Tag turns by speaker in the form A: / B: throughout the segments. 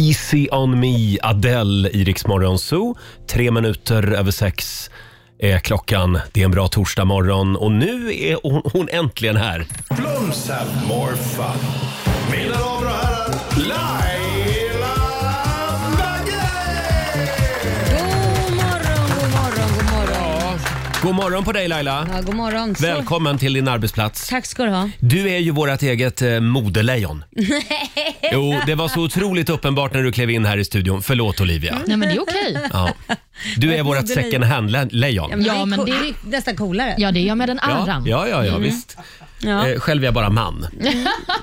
A: Easy on me, Adele i Rix Morgon Zoo. Tre minuter över sex är klockan. Det är en bra torsdagmorgon och nu är hon, hon äntligen här.
B: Blooms have more fun. Mina damer och herrar, Laila Bagge!
C: God morgon, god morgon, god morgon.
A: God morgon på dig Laila.
C: Ja, god morgon. Så-
A: Välkommen till din arbetsplats.
C: Tack ska du ha.
A: Du är ju vårt eget eh, modelejon. Jo, det var så otroligt uppenbart när du klev in här i studion. Förlåt Olivia.
D: Nej men det är okej.
A: Ja. Du är vårt
C: modelejon.
A: second hand-lejon.
D: Ja, men
C: co-
D: det är-
C: ju nästan coolare.
D: Ja det är jag med den
A: Ja,
D: äran.
A: ja, ja, ja visst.
C: Mm. Ja.
A: Eh, själv är jag bara man.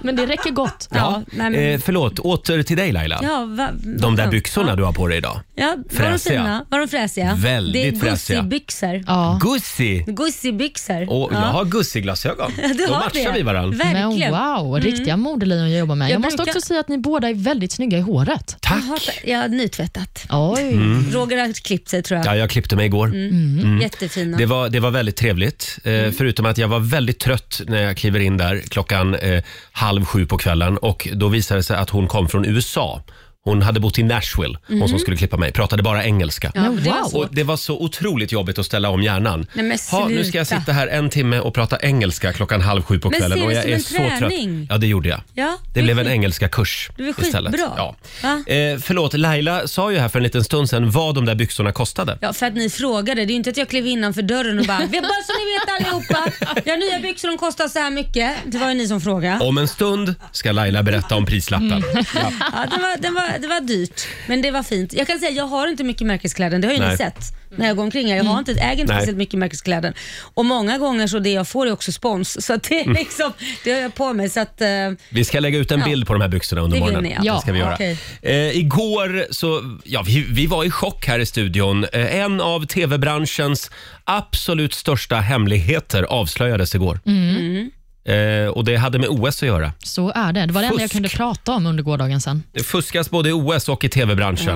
D: Men det räcker gott.
A: Ja,
C: Ja, nej, men-
A: eh, förlåt, åter till dig Laila.
C: Ja, va, va,
A: De där byxorna du har på dig idag.
C: Ja, var de
A: Fräsiga.
C: fina? Var de fräsiga?
A: Väldigt
C: det är
A: fräsiga.
C: gussibyxor.
D: Ja.
A: Gussi!
C: Gussibyxor.
A: Och jag
C: Ja.
A: har gussiglasögon.
C: Du
A: Då
C: har
A: matchar
C: det.
A: vi varandra.
D: Men
C: Verkligen.
D: wow, riktiga modelejon jag jobbar med. Mm. Jag,
C: Jag
D: måste
C: brukar-
D: också säga att ni båda är väldigt snygga i håret.
C: Jag har,
A: Tack!
C: jag har nytvättat.
D: Oj.
A: Mm.
C: Roger har klippt sig tror jag.
A: Ja, jag klippte mig igår.
C: Mm, Jättefina.
A: Det, var, det var väldigt trevligt. Eh,
C: Mm.
A: Förutom att jag var väldigt trött när jag kliver in där klockan eh, halv sju på kvällen. Och Då visade det sig att hon kom från USA. Hon hade bott i Nashville, hon
C: Mm.
A: som skulle klippa mig. Pratade bara engelska.
C: Ja, det var
D: Wow.
C: så.
A: Och Det var så otroligt jobbigt att ställa om hjärnan.
C: Nej, men
A: ha, nu ska
C: sluta.
A: jag sitta här en timme och prata engelska klockan halv sju på
C: Men
A: kvällen.
C: ser
A: och
C: det
A: jag
C: som
A: är
C: en
A: så
C: träning.
A: Ja, det gjorde jag.
C: Ja,
A: det
C: det är
A: blev en
C: skit-
A: engelska kurs
C: Det är väl
A: istället.
C: skitbra.
A: Ja.
C: Va?
A: Eh, förlåt, Laila sa ju här för en liten stund sedan vad de där byxorna kostade.
C: Ja, för att ni frågade. Det är ju inte att jag klev innanför dörren och bara, "Vi- bara så ni vet allihopa. Jag har nya byxor, de kostar så här mycket. Det var ju ni som frågade.
A: Om en stund ska Laila berätta om prislappen.
C: Mm.
A: Ja.
C: Ja, det, var, det, var, det var dyrt, men det var fint. Jag kan säga jag har inte mycket märkeskläder, det har ju
A: Nej. Mm.
C: ni sett när jag går omkring här. Jag har inte, äger inte
A: Nej.
C: speciellt mycket märkeskläder. Och många gånger så det jag får är också spons, så att det,
A: Mm.
C: är liksom, det har jag på mig. Så att, eh,
A: Vi ska lägga ut en
C: Ja.
A: bild på de här byxorna under
C: Det vill
A: morgonen.
C: ni, ja.
A: Det ska vi göra.
C: Okej.
A: Eh, igår så, ja, vi, vi var i chock här i studion. Eh, en av tv-branschens absolut största hemligheter avslöjades igår.
C: Mm.
A: Eh, och det hade med OS att göra.
D: Så är det. Det var det enda jag
A: Fusk.
D: kunde prata om under gårdagen sen.
A: Det fuskas både i OS och i tv-branschen.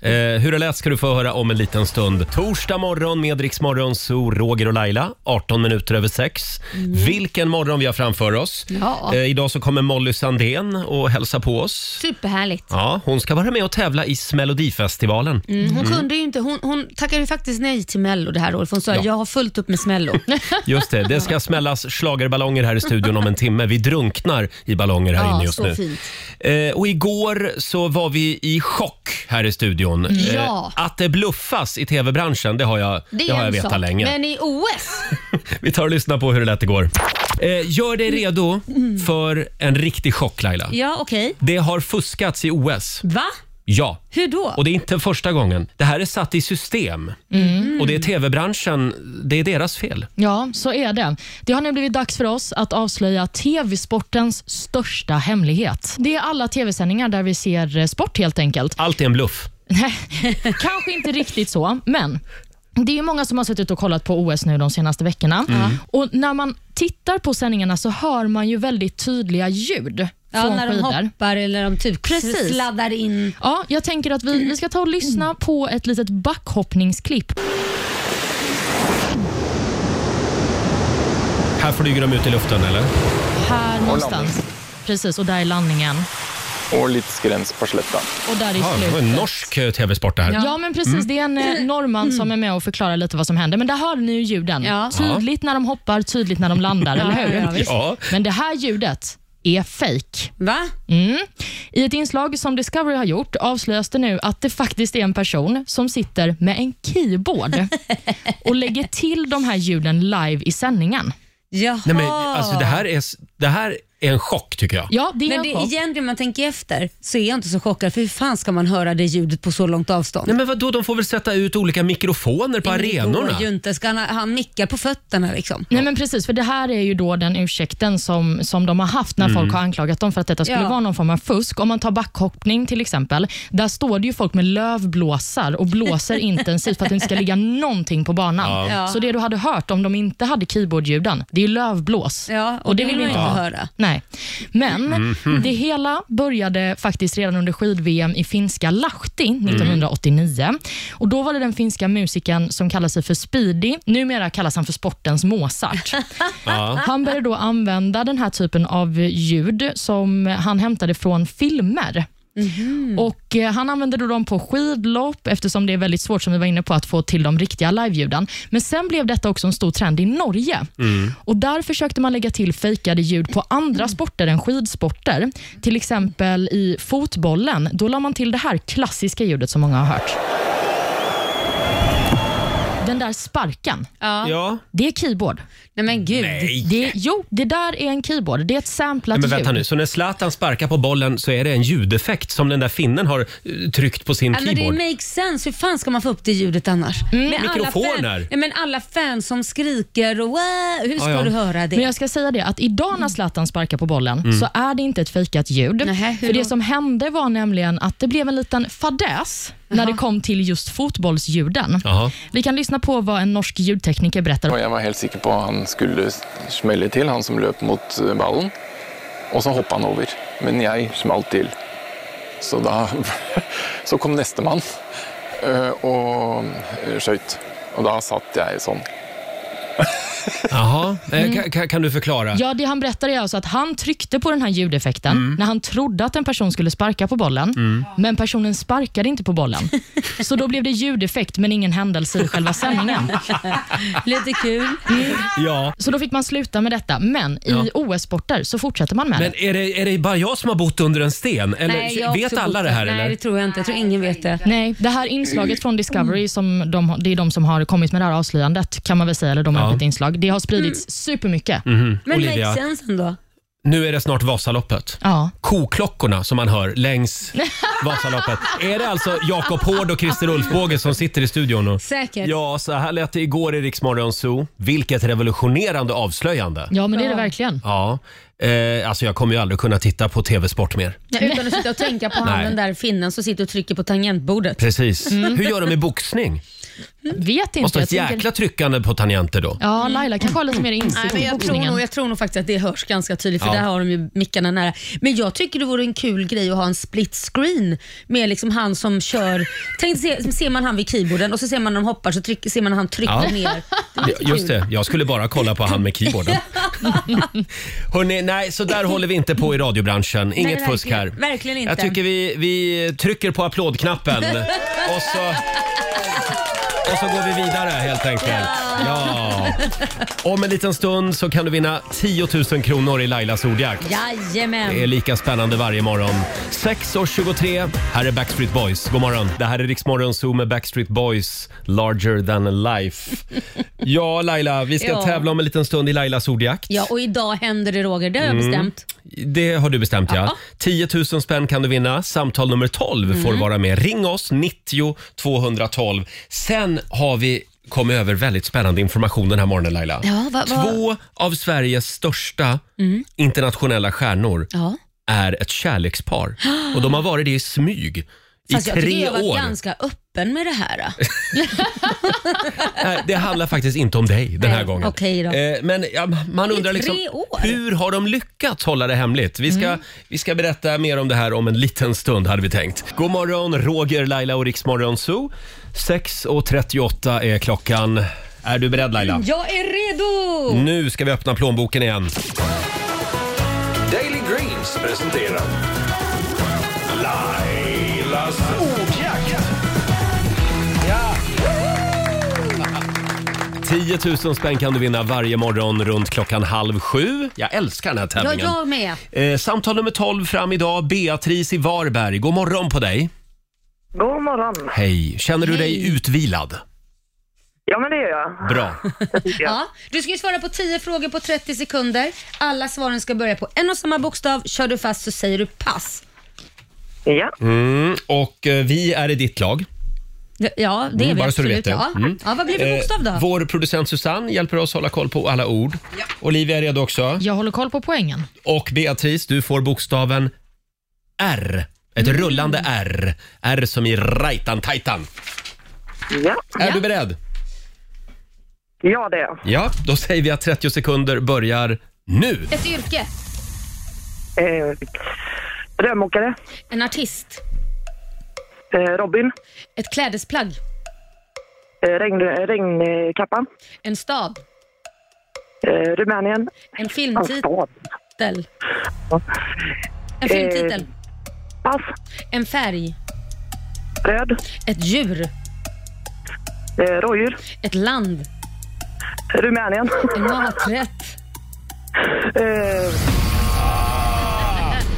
A: Eh, hur det lät ska du få höra om en liten stund. Torsdag morgon med Rix Morgon, så Roger och Laila, 18 minuter över sex.
C: Mm.
A: Vilken morgon vi har framför oss.
D: Ja.
A: Eh, idag så kommer Molly Sandén och hälsa på oss.
C: Superhärligt.
A: Ja, hon ska vara med och tävla i Melodifestivalen.
C: Mm, hon kunde ju inte, hon, hon tackade ju faktiskt nej till Mello det här året, för hon sa jag har fullt upp med Smello.
A: Just det, det ska smällas slagerballonger här i studion om en timme. Vi drunknar i ballonger här
C: Ja,
A: inne just
C: så
A: nu.
C: fint.
A: Eh, och igår så var vi i chock här i studion. Eh,
D: Ja.
A: att det bluffas i tv-branschen, det har jag, det
C: är
A: har jag
C: en
A: vetat
C: sak,
A: länge.
C: Men i OS,
A: Vi tar och lyssnar på hur det lät igår. Eh, gör dig redo för en riktig chock Laila.
C: Mm. ja okej.
A: Det har fuskats i OS.
C: Va?
A: Ja.
C: Hur då?
A: Och det är inte första gången. Det här är satt i system.
C: Mm.
A: Och det är tv-branschen, det är deras fel.
D: Ja, så är det. Det har nu blivit dags för oss att avslöja TV-sportens största hemlighet. Det är alla TV-sändningar där vi ser eh, sport helt enkelt.
A: Allt är en bluff.
D: Kanske inte riktigt så, men det är ju många som har suttit och kollat på OS nu de senaste veckorna. Och När man tittar på sändningarna så hör man ju väldigt tydliga ljud
C: Ja,
D: från
C: när de
D: skidor.
C: hoppar eller de typ
D: Precis.
C: sladdar in.
D: Ja, jag tänker att vi, vi ska ta och lyssna på ett litet backhoppningsklipp.
A: Här flyger de ut i luften, eller?
D: Här någonstans. Precis, och där är landningen.
E: och lite skräns på slätten.
D: Och där är
A: Ja, det var en
D: slutet.
A: norsk eh, tv-sport det här.
D: Ja, men precis. Det är en eh, norrman som är med och förklarar lite vad som händer. Men där hör ni ju ljuden.
C: Ja.
D: Tydligt när de hoppar, tydligt när de landar, eller hur?
C: ja, visst.
A: Ja.
D: Men det här ljudet är fake.
C: Va?
D: Mm. I ett inslag som Discovery har gjort avslöjas det nu att det faktiskt är en person som sitter med en keyboard och lägger till de här ljuden live i sändningen.
C: Jaha.
A: Nej, men, alltså, det, här är, s- det här är en chock, tycker jag.
D: Ja, det är
C: Men
D: en
C: det,
D: chock.
C: egentligen om man tänker efter så är jag inte så chockad för hur fan ska man höra det ljudet på så långt avstånd?
A: Nej, men vadå, de får väl sätta ut olika mikrofoner på
C: Men det går
A: arenorna?
C: ju inte. Ska han, han mickar på fötterna liksom.
D: Nej men precis, för det här är ju då den ursäkten som, som de har haft när folk har anklagat dem för att detta skulle
C: Ja.
D: vara någon form av fusk. Om man tar backhoppning till exempel, där står det ju folk med lövblåsar och blåser intensivt för att det inte ska ligga någonting på banan.
C: Ja. Ja.
D: Så det du hade hört om de inte hade keyboardljuden, det är ju lövblås.
C: Ja, och, det vill man ju inte höra.
D: Nej, men det hela började faktiskt redan under skid-VM i finska Lahti 1989. Och Då var det den finska musikern som kallar sig för Speedy. Numera kallas han för sportens Mozart.
A: Ja.
D: Han började då använda den här typen av ljud som han hämtade från filmer.
A: Mm.
D: Och eh, Han använde då dem på skidlopp eftersom det är väldigt svårt som vi var inne på att få till de riktiga liveljuden. Men sen blev detta också en stor trend i Norge.
A: Mm.
D: Och Där försökte man lägga till fejkade ljud på andra sporter än skidsporter. Till exempel i fotbollen. Då la man till det här klassiska ljudet som många har hört. Den där sparken,
C: Ja.
A: Ja.
D: det är keyboard.
C: Nej men gud.
D: Det, jo, det där är en keyboard. Det är ett samplat
A: Nej, men vänta
D: ljud.
A: nu, så när Zlatan sparkar på bollen så är det en ljudeffekt som den där finnen har eh, tryckt på sin
C: Ja, men det
A: keyboard?
C: makes sense. Hur fan ska man få upp det ljudet annars? Med Alla
A: Mikrofoner.
C: fan, Ja, men alla fans som skriker och "Wow", hur ska
A: Ja, ja.
C: du höra det?
D: Men jag ska säga det att idag
C: Mm.
D: när Zlatan sparkar på bollen
A: Mm.
D: så är det inte ett fejkat ljud.
C: Nähä, hur
D: för det
C: då?
D: som hände var nämligen att det blev en liten fadäs när det kom till just fotbollsljuden.
A: Jaha.
D: Vi kan lyssna på vad en norsk ljudtekniker berättar.
E: Og jeg var helt sikker på at han skulle smelle til, han som løp mot eh, ballen. Og så hoppa han over. Men jeg smalt til. Så da Så kom nestemann eh, og eh, skøyt. Og da satt jeg sånn.
A: Jaha. Eh,
C: Mm.
A: ka- ka- Kan du förklara?
D: Ja, det han berättar är alltså att han tryckte på den här ljudeffekten
A: Mm.
D: när han trodde att en person skulle sparka på bollen, men personen sparkade inte på bollen. Så då blev det ljudeffekt, men ingen händelse i själva sändningen.
C: Lite kul.
A: Ja.
D: Så då fick man sluta med detta, men
A: Ja.
D: i OS-sporter så fortsätter man med det.
A: Men är det, är det bara jag som har bott under en sten? Eller
C: jag har
A: vet
C: också
A: alla
C: bott
A: det här
C: där. Nej,
A: eller?
C: det tror jag inte. Jag tror ingen vet det.
D: Nej, det här inslaget från
A: Mm.
D: Discovery, som de, det är de som har kommit med det här avslöjandet, kan man väl säga, eller de har
A: Ja. Mm. Mhm.
D: gjort ett inslag. Det har spridits supermycket.
C: Men
A: Olivia.
C: makes sense ändå.
A: Nu är det snart Vasaloppet.
D: Ja.
A: Koklockorna som man hör längs Vasaloppet. Är det alltså Jakob Hård och Christer Ulfbåge som sitter i studion? Och...
C: Säkert.
A: Ja, så här lät det igår i Rix Morgon Zoo. Vilket revolutionerande avslöjande.
D: ja, men det är det verkligen.
A: Ja, eh, alltså jag kommer ju aldrig kunna titta på TV-sport mer.
C: Nej, Utan att sitta och tänka på han
A: Nej.
C: den där finnen som sitter och trycker på tangentbordet.
A: Precis.
C: Mm.
A: Hur gör de med boxning?
D: Vet inte.
A: Måste ha
D: jag
A: ett
D: tänker-
A: jäkla tryckande på tangenter då.
D: Ja, Laila kanske har lite mer
C: Mm. Nej,
D: insikt
C: men
D: i
C: jag, tror
D: boxningen.
C: nog, jag tror nog faktiskt att det hörs ganska tydligt för
A: Ja.
C: där har de ju mickarna nära. Men jag tycker det vore en kul grej att ha en split screen med liksom han som kör. Tänk, se, ser man han vid keyboarden och så ser man när de hoppar så tryck, ser man han trycker
A: Ja.
C: ner.
A: Ja, Just det, jag skulle bara kolla på han med keyboarden. Hörrni, nej, så där håller vi inte på i radiobranschen. Inget
C: Nej,
A: fusk här.
C: verkligen- verkligen inte.
A: Jag tycker vi, vi trycker på applådknappen och så, och så går vi vidare helt enkelt. Ja. Om en liten stund så kan du vinna 10 000 kronor i Lailas ordjakt. Det är
C: Jajamän.
A: lika spännande varje morgon. 6.23, här är Backstreet Boys. God morgon. Det här är Riksmorgon Zoo med Backstreet Boys, Larger than life. Ja, Laila, vi ska
C: Ja.
A: tävla om en liten stund i Lailas ordjakt.
C: Ja, och idag händer det Roger, det har
A: Mm.
C: jag bestämt.
A: Det har du bestämt, ja. 10 000 spänn kan du vinna. Samtal nummer 12 får
C: Mm.
A: vara med. Ring oss, 90 212. Sen har vi kommit över väldigt spännande information den här morgonen, Laila.
C: Ja, va, va?
A: Två av Sveriges största internationella stjärnor
C: Ja.
A: är ett kärlekspar. Och de har varit det i smyg
C: Fast
A: i
C: jag tycker
A: tre
C: jag har varit
A: år.
C: ganska öppen med det här. då.
A: Nej, det handlar faktiskt inte om dig den här
C: Nej,
A: gången.
C: okej då.
A: Eh, Men ja, man undrar
C: tre
A: liksom,
C: år. Mm.
A: hur har de lyckats hålla det hemligt? Vi ska, vi ska berätta mer om det här om en liten stund hade vi tänkt. God morgon, Roger, Laila och Riksmorgon Zoo. 6.38 är klockan. Är du beredd Laila?
C: Jag är redo!
A: Nu ska vi öppna plånboken igen.
B: Daily Greens presenterar Lailas ordjakt.
A: 10 000 spänn kan du vinna varje morgon runt klockan halv sju. Jag älskar den här
C: Ja,
A: tävlingen.
C: jag med.
A: Eh, samtal nummer 12 fram idag, Beatrice i Varberg. God morgon på dig.
F: God morgon.
A: Hej. Känner du dig utvilad?
F: Ja, men det gör jag.
A: Bra.
C: Ja. Du ska ju svara på 10 frågor på 30 sekunder. Alla svaren ska börja på en och samma bokstav. Kör du fast så säger du pass.
F: Ja,
A: Mm, och eh, vi är i ditt lag.
C: Ja, det
A: Mm, bara så
C: är vi
A: du
C: absolut.
A: vet det.
C: Ja.
A: Mm.
C: Ja, vad blir det för bokstav då?
A: Eh, vår producent Susanne hjälper oss hålla koll på alla ord. Olivia är redo också.
D: Jag håller koll på poängen.
A: Och Beatrice, du får bokstaven R. Ett
C: Mm.
A: rullande R. R som i Raitan-Taitan.
F: ja,
A: Är du beredd?
F: ja det är jag.
A: Ja, då säger vi att 30 sekunder börjar nu.
C: Ett yrke.
F: Eh, rörmokare,
C: En artist.
F: eh, Robin,
C: Ett klädesplagg.
F: eh, regn, regnkappan,
C: En stad.
F: eh, Rumänien,
C: En
F: en
C: filmtitel.
F: stad.
A: Eh.
C: En filmtitel.
F: Pass.
C: En färg.
F: Röd.
C: Ett djur.
F: Eh, rådjur.
C: Ett land.
F: Rumänien.
C: En maträtt.
F: Eh,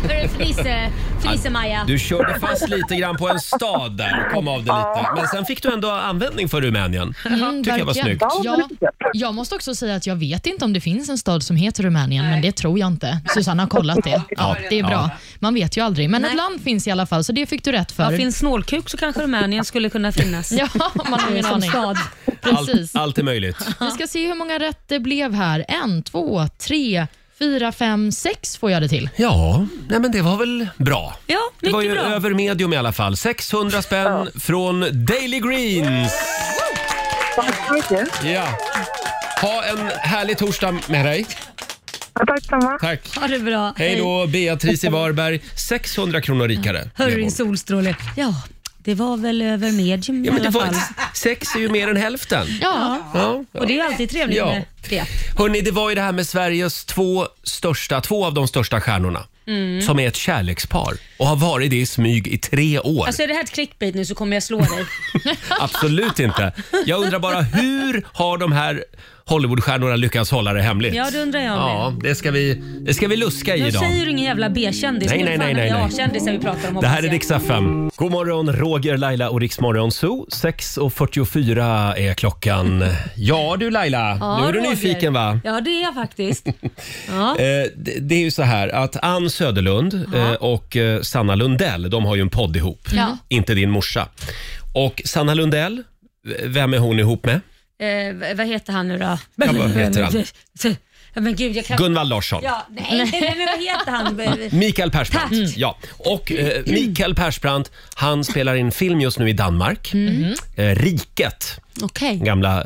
C: Hörru, Fnisse, Fnisse-Maja.
A: Ah. Du körde fast lite grann på en stad där, kom av det lite. Men sen fick du ändå användning för Rumänien.
D: Mm,
A: Tycker jag var
D: verkligen.
A: snyggt.
D: Ja, jag måste också säga att jag vet inte om det finns en stad som heter Rumänien, men det tror jag inte. Susanna har kollat det. Ja, det är bra. Man vet ju aldrig, men
C: Nej.
D: ett land finns i alla fall, så det fick du rätt
C: Ja,
D: för.
C: finns snålkuk så kanske Rumänien skulle kunna finnas.
D: Ja, man har ingen
C: Som
D: aning.
C: stad.
A: Allt,
D: Precis.
A: allt är möjligt.
D: Vi ska se hur många rätt det blev här. En, två, tre, fyra, fem, sex får jag det till.
A: Ja, nej men det var väl bra.
C: Ja,
A: Det var ju
C: mycket bra.
A: över medium i alla fall. 600 spänn från Daily Greens.
F: tack så mycket.
A: Ja. Ha en härlig torsdag med dig.
F: Ja, tack samma.
A: Tack.
C: Ha det bra.
A: Hej då, Beatrice i Varberg. 600 kronor rikare.
C: Hörru
A: blev
C: din
A: hon.
C: solstråle. Ja, det var väl över medium
A: Ja, men
C: i
A: det
C: alla
A: var,
C: fall.
A: sex är ju mer än hälften.
D: Ja,
A: Ja.
C: Och det är ju alltid trevligt
A: Ja.
C: med det.
A: Hörrni, det var ju det här med Sveriges två största, två av de största stjärnorna. Som är ett kärlekspar och har varit det i smyg i tre år.
C: Alltså är det här ett clickbait nu så kommer jag slå dig.
A: Absolut inte. Jag undrar bara hur har de här Hollywoodstjärnorna lyckats hålla det hemligt?
C: Ja, det undrar jag med.
A: Ja, det ska vi, det ska vi luska i
C: Jag
A: idag.
C: säger du ingen jävla B-kändis.
A: Nej,
C: Nu
A: nej,
C: fan
A: nej, nej,
C: är det
A: nej.
C: A-kändisar vi pratar om
A: Det här
C: hoppas
A: är
C: jag.
A: Rix FM. God morgon, Roger, Laila och Rix Morgon Zoo. 6.44 är klockan. Ja du Laila,
C: Ja,
A: nu är du
C: Roger.
A: nyfiken va?
C: Ja, det är jag faktiskt. Ja.
A: Eh, det- Det är ju så här att Ann Söderlund eh, och eh, Sanna Lundell, de har ju en podd ihop.
D: Ja.
A: Inte din morsa. Och Sanna Lundell, v- vem är hon ihop med?
C: Eh, v- vad heter han nu då?
A: Ja, vad heter han?
C: Ja, men gud, jag kan...
A: Gunvald Larsson.
C: Ja, nej, nej, men vad heter han?
A: Mikael Persbrandt.
C: Tack.
A: Ja. Och eh, Mikael Persbrandt, han spelar in film just nu i Danmark.
C: Mm.
A: Eh, Riket.
C: Okej.
A: gamla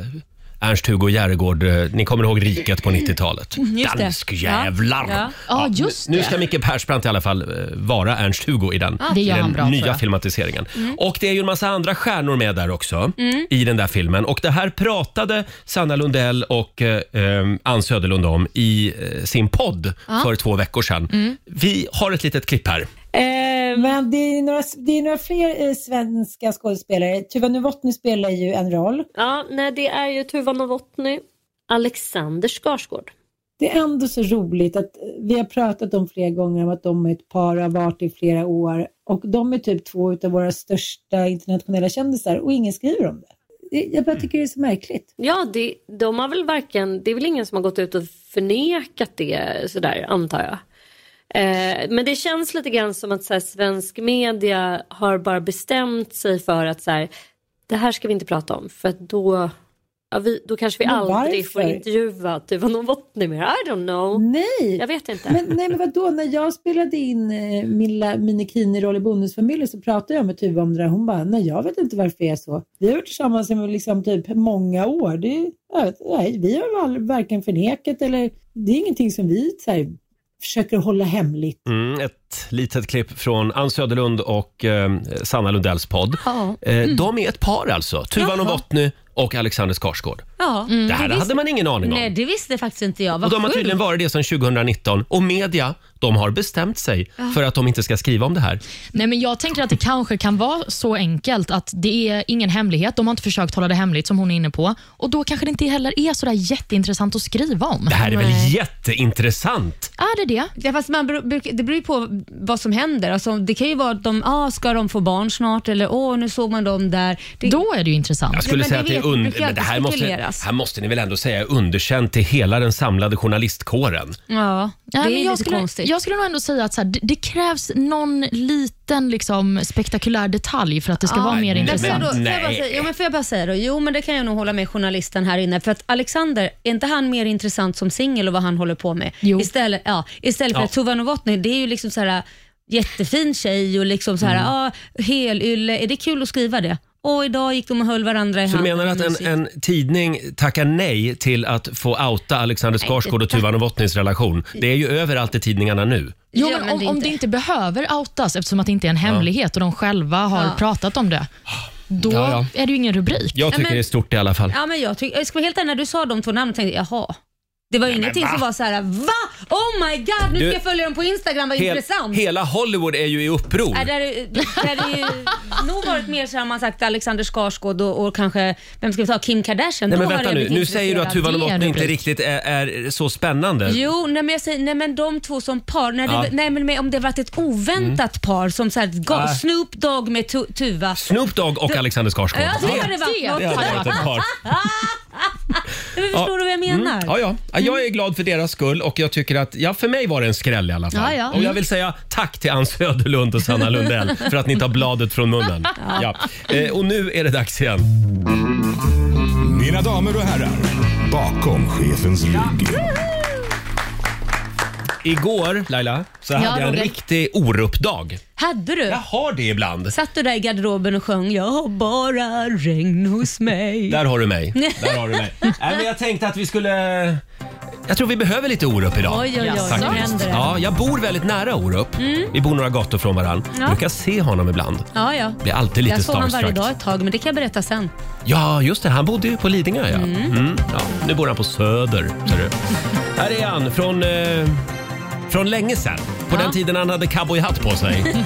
A: Ernst-Hugo Järegård. eh, Ni kommer ihåg Riket på 90-talet.
D: Mm,
C: just det.
A: Danskjävlar!
C: Ja, ja.
D: Ja, just
A: Nu
D: det. Ah,
A: ska Micke Persbrandt i alla fall eh, vara Ernst-Hugo i den,
D: det
A: i
D: gör
A: den
D: han bra, tror
A: nya
D: jag. Mm.
A: filmatiseringen. Och det är ju en massa andra stjärnor med där också i den där filmen. Och det här pratade Sanna Lundell och eh, eh, Ann Söderlund om i eh, sin podd för två veckor sedan.
D: Mm.
A: Vi har ett litet klipp här.
G: Eh, men det är några, det är några fler eh, svenska skådespelare. Tuva Novotny spelar ju en roll.
H: Ja, nej, det är ju Tuva Novotny, Alexander Skarsgård.
G: Det är ändå så roligt att eh, vi har pratat om flera gånger om att de är ett par och har varit i flera år. Och de är typ två av våra största internationella kändisar och ingen skriver om det. Det- Jag bara tycker det är så märkligt.
H: Ja, det, de har väl varken, det är väl ingen som har gått ut och förnekat det sådär antar jag. Eh, men det känns lite grann som att så här, svensk media har bara bestämt sig för att så här, det här ska vi inte prata om för att då, ja, vi, då kanske vi
G: Men
H: aldrig får
G: varför?
H: intervjua Tuva Novotny mer. I don't know.
G: Nej!
H: Jag vet inte.
G: Men, nej men vadå, när jag spelade in eh, min la- minikini-roll i Bonusfamiljen så pratade jag med Tuva om det där. Hon bara, nej jag vet inte varför jag är så. Vi har varit tillsammans i liksom typ många år. Det, jag vet, nej, vi har väl varken förnekat eller, det är ingenting som vi så här, försöker hålla hemligt.
A: Mm, ett litet klipp från Ann Söderlund och eh, Sanna Lundells podd.
C: Ja.
A: Eh, De är ett par alltså. Tuva
C: Mm. Jaha.
A: Novotny och Alexander Skarsgård.
C: Ja. Mm,
A: Det här hade man ingen aning om.
C: Nej, det visste faktiskt inte jag.
A: och
C: Vad
A: de har
C: sjukt.
A: tydligen varit det sedan 2019 och media, de har bestämt sig
C: Ah.
A: för att de inte ska skriva om det här.
D: Nej, men jag tänker att det kanske kan vara så enkelt att det är ingen hemlighet. De har inte försökt hålla det hemligt, som hon är inne på. Och Då kanske det inte heller är så där jätteintressant att skriva om.
A: Det här är väl
C: Nej.
A: jätteintressant?
D: Är det det?
C: Ja, fast man, beror- brukar- det beror ju på vad som händer. Alltså, det kan ju vara att de, ah, ska de få barn snart eller åh, nu såg man dem där. Det,
D: Då är det ju intressant.
A: Jag skulle
C: men
A: säga
C: det
A: att det är
C: vet-
A: un...
C: brukar
A: men det
C: alltid
A: här måste,
C: spekuleras.
A: här måste ni väl ändå säga är underkänt till hela den samlade journalistkåren.
C: ja, det
D: Nej,
C: är
D: men
C: lite
D: jag, skulle,
C: konstigt.
D: jag skulle nog ändå säga att så här, det, det krävs någon liten liksom, spektakulär detalj för att det ska vara mer
A: Nej,
C: Får jag,
D: intressant.
C: då, får,
A: Nej.
C: jag bara säga, jo, men får jag bara säga då? Jo, men det kan jag nog hålla med journalisten här inne. För att Alexander, är inte han mer intressant som singel och vad han håller på med?
D: Jo.
C: Istället, ja, istället för
A: Ja.
C: att Tuva Novotny, det är ju liksom så här jättefin tjej och liksom så här, ah,
A: Mm.
C: helylle. Är det kul att skriva det? Och idag gick de och höll varandra i
A: Så du
C: handen.
A: menar att en, en tidning tackar nej till att få outa Alexander Skarsgård och Tuva Novotnys relation? Det är ju överallt i tidningarna nu.
D: Jo,
C: Ja,
D: men
C: men
D: om,
C: det
D: det
C: är
D: om
C: inte-
D: det inte behöver outas eftersom att det inte är en hemlighet och de själva har
C: Ja.
D: pratat om det, då
A: Ja, ja.
D: är det ju ingen rubrik.
A: Jag tycker
C: men-
A: det är stort i alla fall.
C: Ja, men jag, tyck, jag ska vara helt ärlig, när du sa de två namnen tänkte jag, jaha. Det var ju ingenting som var så här: va? Oh my god, nu
A: Du-
C: ska jag följa dem på Instagram, vad
A: Hel-
C: intressant. Äh,
A: hela Hollywood är ju i uppror.
C: Nej, det hade, det hade ju nog varit mer så här om man sagt Alexander Skarsgård och, och kanske, vem ska vi ta, Kim Kardashian.
A: Nej men
C: Då hade
A: vänta
C: jag
A: nu,
C: blivit
A: nu säger du att
C: intresserad.
A: Tuva Novotny
D: en
A: inte
D: rubrik.
A: riktigt är, är så spännande.
C: Jo, nej men, jag säger, nej men de två som par. Nej, det,
A: Ja. Mm.
C: nej men med, om det varit ett oväntat par som så här, ga,
A: Nej.
C: Snoop Dogg med tu, Tuva.
A: Snoop Dogg och Alexander Skarsgård.
C: Ja, det hade
D: Det
C: varit något.
A: Det hade varit ett par.
C: Men förstår du vad jag menar?
A: Mm. Ja, ja. ja, jag är glad för deras skull och jag tycker att, ja, för mig var det en skräll i alla fall.
C: Ja, ja.
A: Och jag vill säga tack till Ann Söderlund och Sanna Lundell för att ni tar bladet från munnen. Ja. Eh, och nu är det dags igen.
B: Mina damer och herrar, bakom chefens rygg.
A: Igår, Laila, så hade jag en
D: Roger.
A: riktig Orup-dag.
C: Hade du?
A: Jag har det ibland.
C: Satt du där i garderoben och sjöng “Jag har bara regn hos mig”?
A: Där har du mig. Där har du mig. Nej, men jag tänkte att vi skulle... Jag tror vi behöver lite Orup idag.
C: Oj, oj, oj, nu
A: Faktiskt.
C: händer det.
A: Ja, jag bor väldigt nära Orup. Vi bor några gator från varandra.
C: Ja.
A: Brukar se honom ibland.
C: Ja, ja.
A: Blir alltid lite
C: jag såg honom varje
A: starstruck.
C: dag ett tag, men det kan jag berätta sen.
A: Ja, just det. Han bodde ju på Lidingö. Ja. Mm. ja. Nu bor han på Söder. Ser du. Här är han från, eh, från länge sedan. På den tiden han hade cowboyhatt på sig.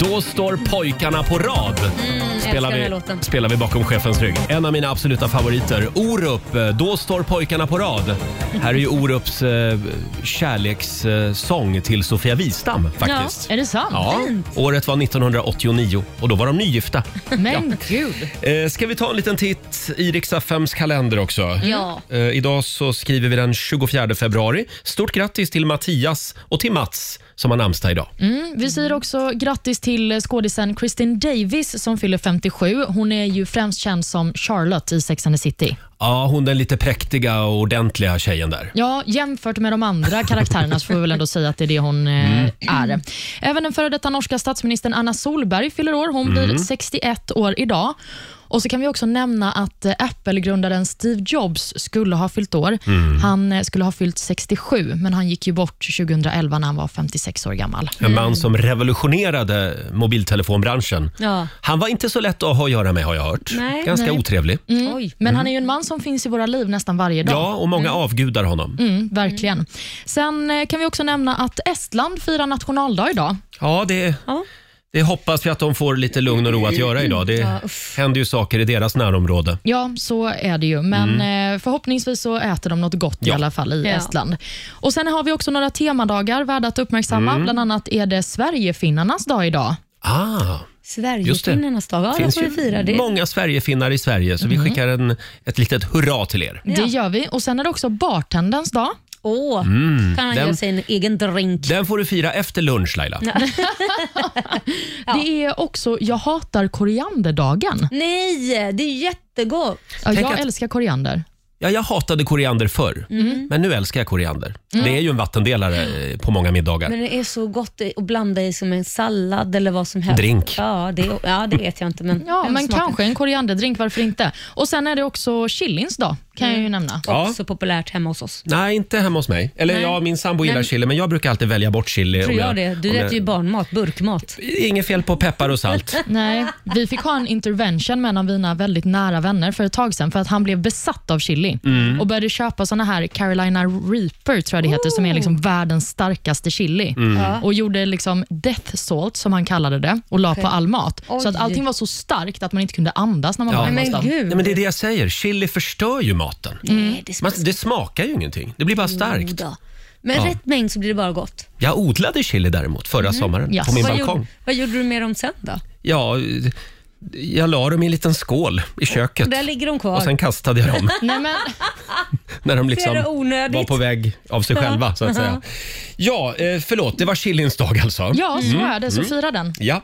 A: Då står pojkarna på rad.
C: älskar den här
A: vi,
C: låten.
A: spelar vi bakom chefens rygg. En av mina absoluta favoriter. Orup, eh, Då står pojkarna på rad. Här är ju Orups eh, kärlekssång till Sofia Wistam faktiskt.
D: Är det sant?
A: Ja, året var 1989 och då var de nygifta.
D: Men gud.
A: Eh, ska vi ta en liten titt i Riks-FMs kalender också?
C: Mm. Ja.
A: Eh, idag så skriver vi den 24 februari. Stort grattis till Mattias och till Mats som har namnsdag idag.
D: Mm, vi säger också grattis till skådisen Kristin Davis som fyller 57. Hon är ju främst känd som Charlotte i Sex and the City.
A: Ja, hon den lite präktiga och ordentliga tjejen där.
D: Ja, jämfört med de andra karaktärerna så får vi väl ändå säga att det är det hon eh, är. Även den före detta norska statsministern Anna Solberg fyller år. Hon blir 61 år idag. Och så kan vi också nämna att eh, Apple-grundaren Steve Jobs skulle ha fyllt år. Han eh, skulle ha fyllt 67, men han gick ju bort 2011 när han var 56 år gammal.
A: En man som revolutionerade mobiltelefonbranschen.
C: Mm. Ja.
A: Han var inte så lätt att ha att göra med har jag hört.
C: Nej. Mm.
A: Ganska
D: Nej.
A: otrevlig.
C: Oj.
D: Men han är ju en man som finns i våra liv nästan varje dag.
A: Ja, och många avgudar honom.
D: Mm, verkligen. Sen eh, kan vi också nämna att Estland firar nationaldag idag.
A: Ja, det...
C: Ja.
A: Det hoppas vi att de får lite lugn och ro att göra idag. Det händer ju saker i deras närområde.
D: Ja, så är det ju. Men
A: Mm.
D: eh, förhoppningsvis så äter de något gott i alla fall i
C: Ja.
D: Estland. Och Sen har vi också några temadagar värda att uppmärksamma.
A: Mm.
D: Bland annat är det Sverigefinnarnas dag idag.
A: Ah,
C: Sverigefinnarnas dag. Ja, då
A: finns
C: får vi
A: ju
C: fira det. Mm.
A: många Sverigefinnar i Sverige, så vi skickar en, ett litet hurra till er.
D: Det gör vi. Och Sen är det också bartendens dag.
C: Åh, kan han
A: den-
C: göra sig en egen drink.
A: Den får du fira efter lunch, Laila.
D: Det är också Jag hatar korianderdagen.
C: Nej, det är jättegott.
D: Ja,
A: Tänk
D: jag
A: att-
D: älskar koriander.
A: Ja, jag hatade koriander förr,
C: Mm.
A: men nu älskar jag koriander. Det är ju en vattendelare eh, på många middagar.
C: Men det är så gott i- att blanda i som en sallad eller vad som helst.
A: Drink.
C: Ja, det, ja, det vet jag inte. Men
D: Ja,
C: den
D: men
C: smaken
D: kanske en korianderdrink, varför inte? Och Sen är det också chilins dag, kan
C: Mm.
D: jag ju nämna.
A: Ja.
C: är Också populärt hemma hos oss.
A: Nej, inte hemma hos mig. Eller
C: Nej.
A: ja, min sambo gillar
D: Men-
A: chili, men jag brukar alltid välja bort chili.
C: Tror
A: om
C: jag det. Du
A: om
C: äter ju barnmat, burkmat.
A: Inget fel på peppar och salt.
D: Nej, vi fick ha en intervention med en av mina väldigt nära vänner för ett tag sedan för att han blev besatt av chili
A: Mm.
D: och började köpa såna här Carolina Reaper, tror jag det heter, som är liksom världens starkaste chili.
A: Mm.
D: Och gjorde liksom death salt, som han kallade det, och la på all mat. Så att
C: Oj.
D: allting var så starkt att man inte kunde andas när man
A: Ja.
D: var
A: Men
D: någonstans.
C: gud.
A: Nej, men det är det jag säger, chili förstör ju maten.
C: Nej, det
A: Man,
C: smakar
A: det smakar ju ingenting, det blir bara starkt.
C: goda. Med
A: Ja.
C: rätt mängd så blir det bara gott.
A: Jag odlade chili däremot förra sommaren
D: Jaså.
A: på min
C: Mm. Vad
A: balkong.
C: gjorde, vad gjorde du med dem sen då?
A: Ja, jag la dem i en liten skål i köket.
C: Där ligger de kvar.
A: Och sen kastade jag dem
D: Nej, men,
A: när de liksom
C: Det är det onödigt.
A: var på väg av sig själva. Så att säga. Ja, eh, förlåt. Det var chilins dag alltså.
D: ja, så är det. Så fira den.
A: Ja.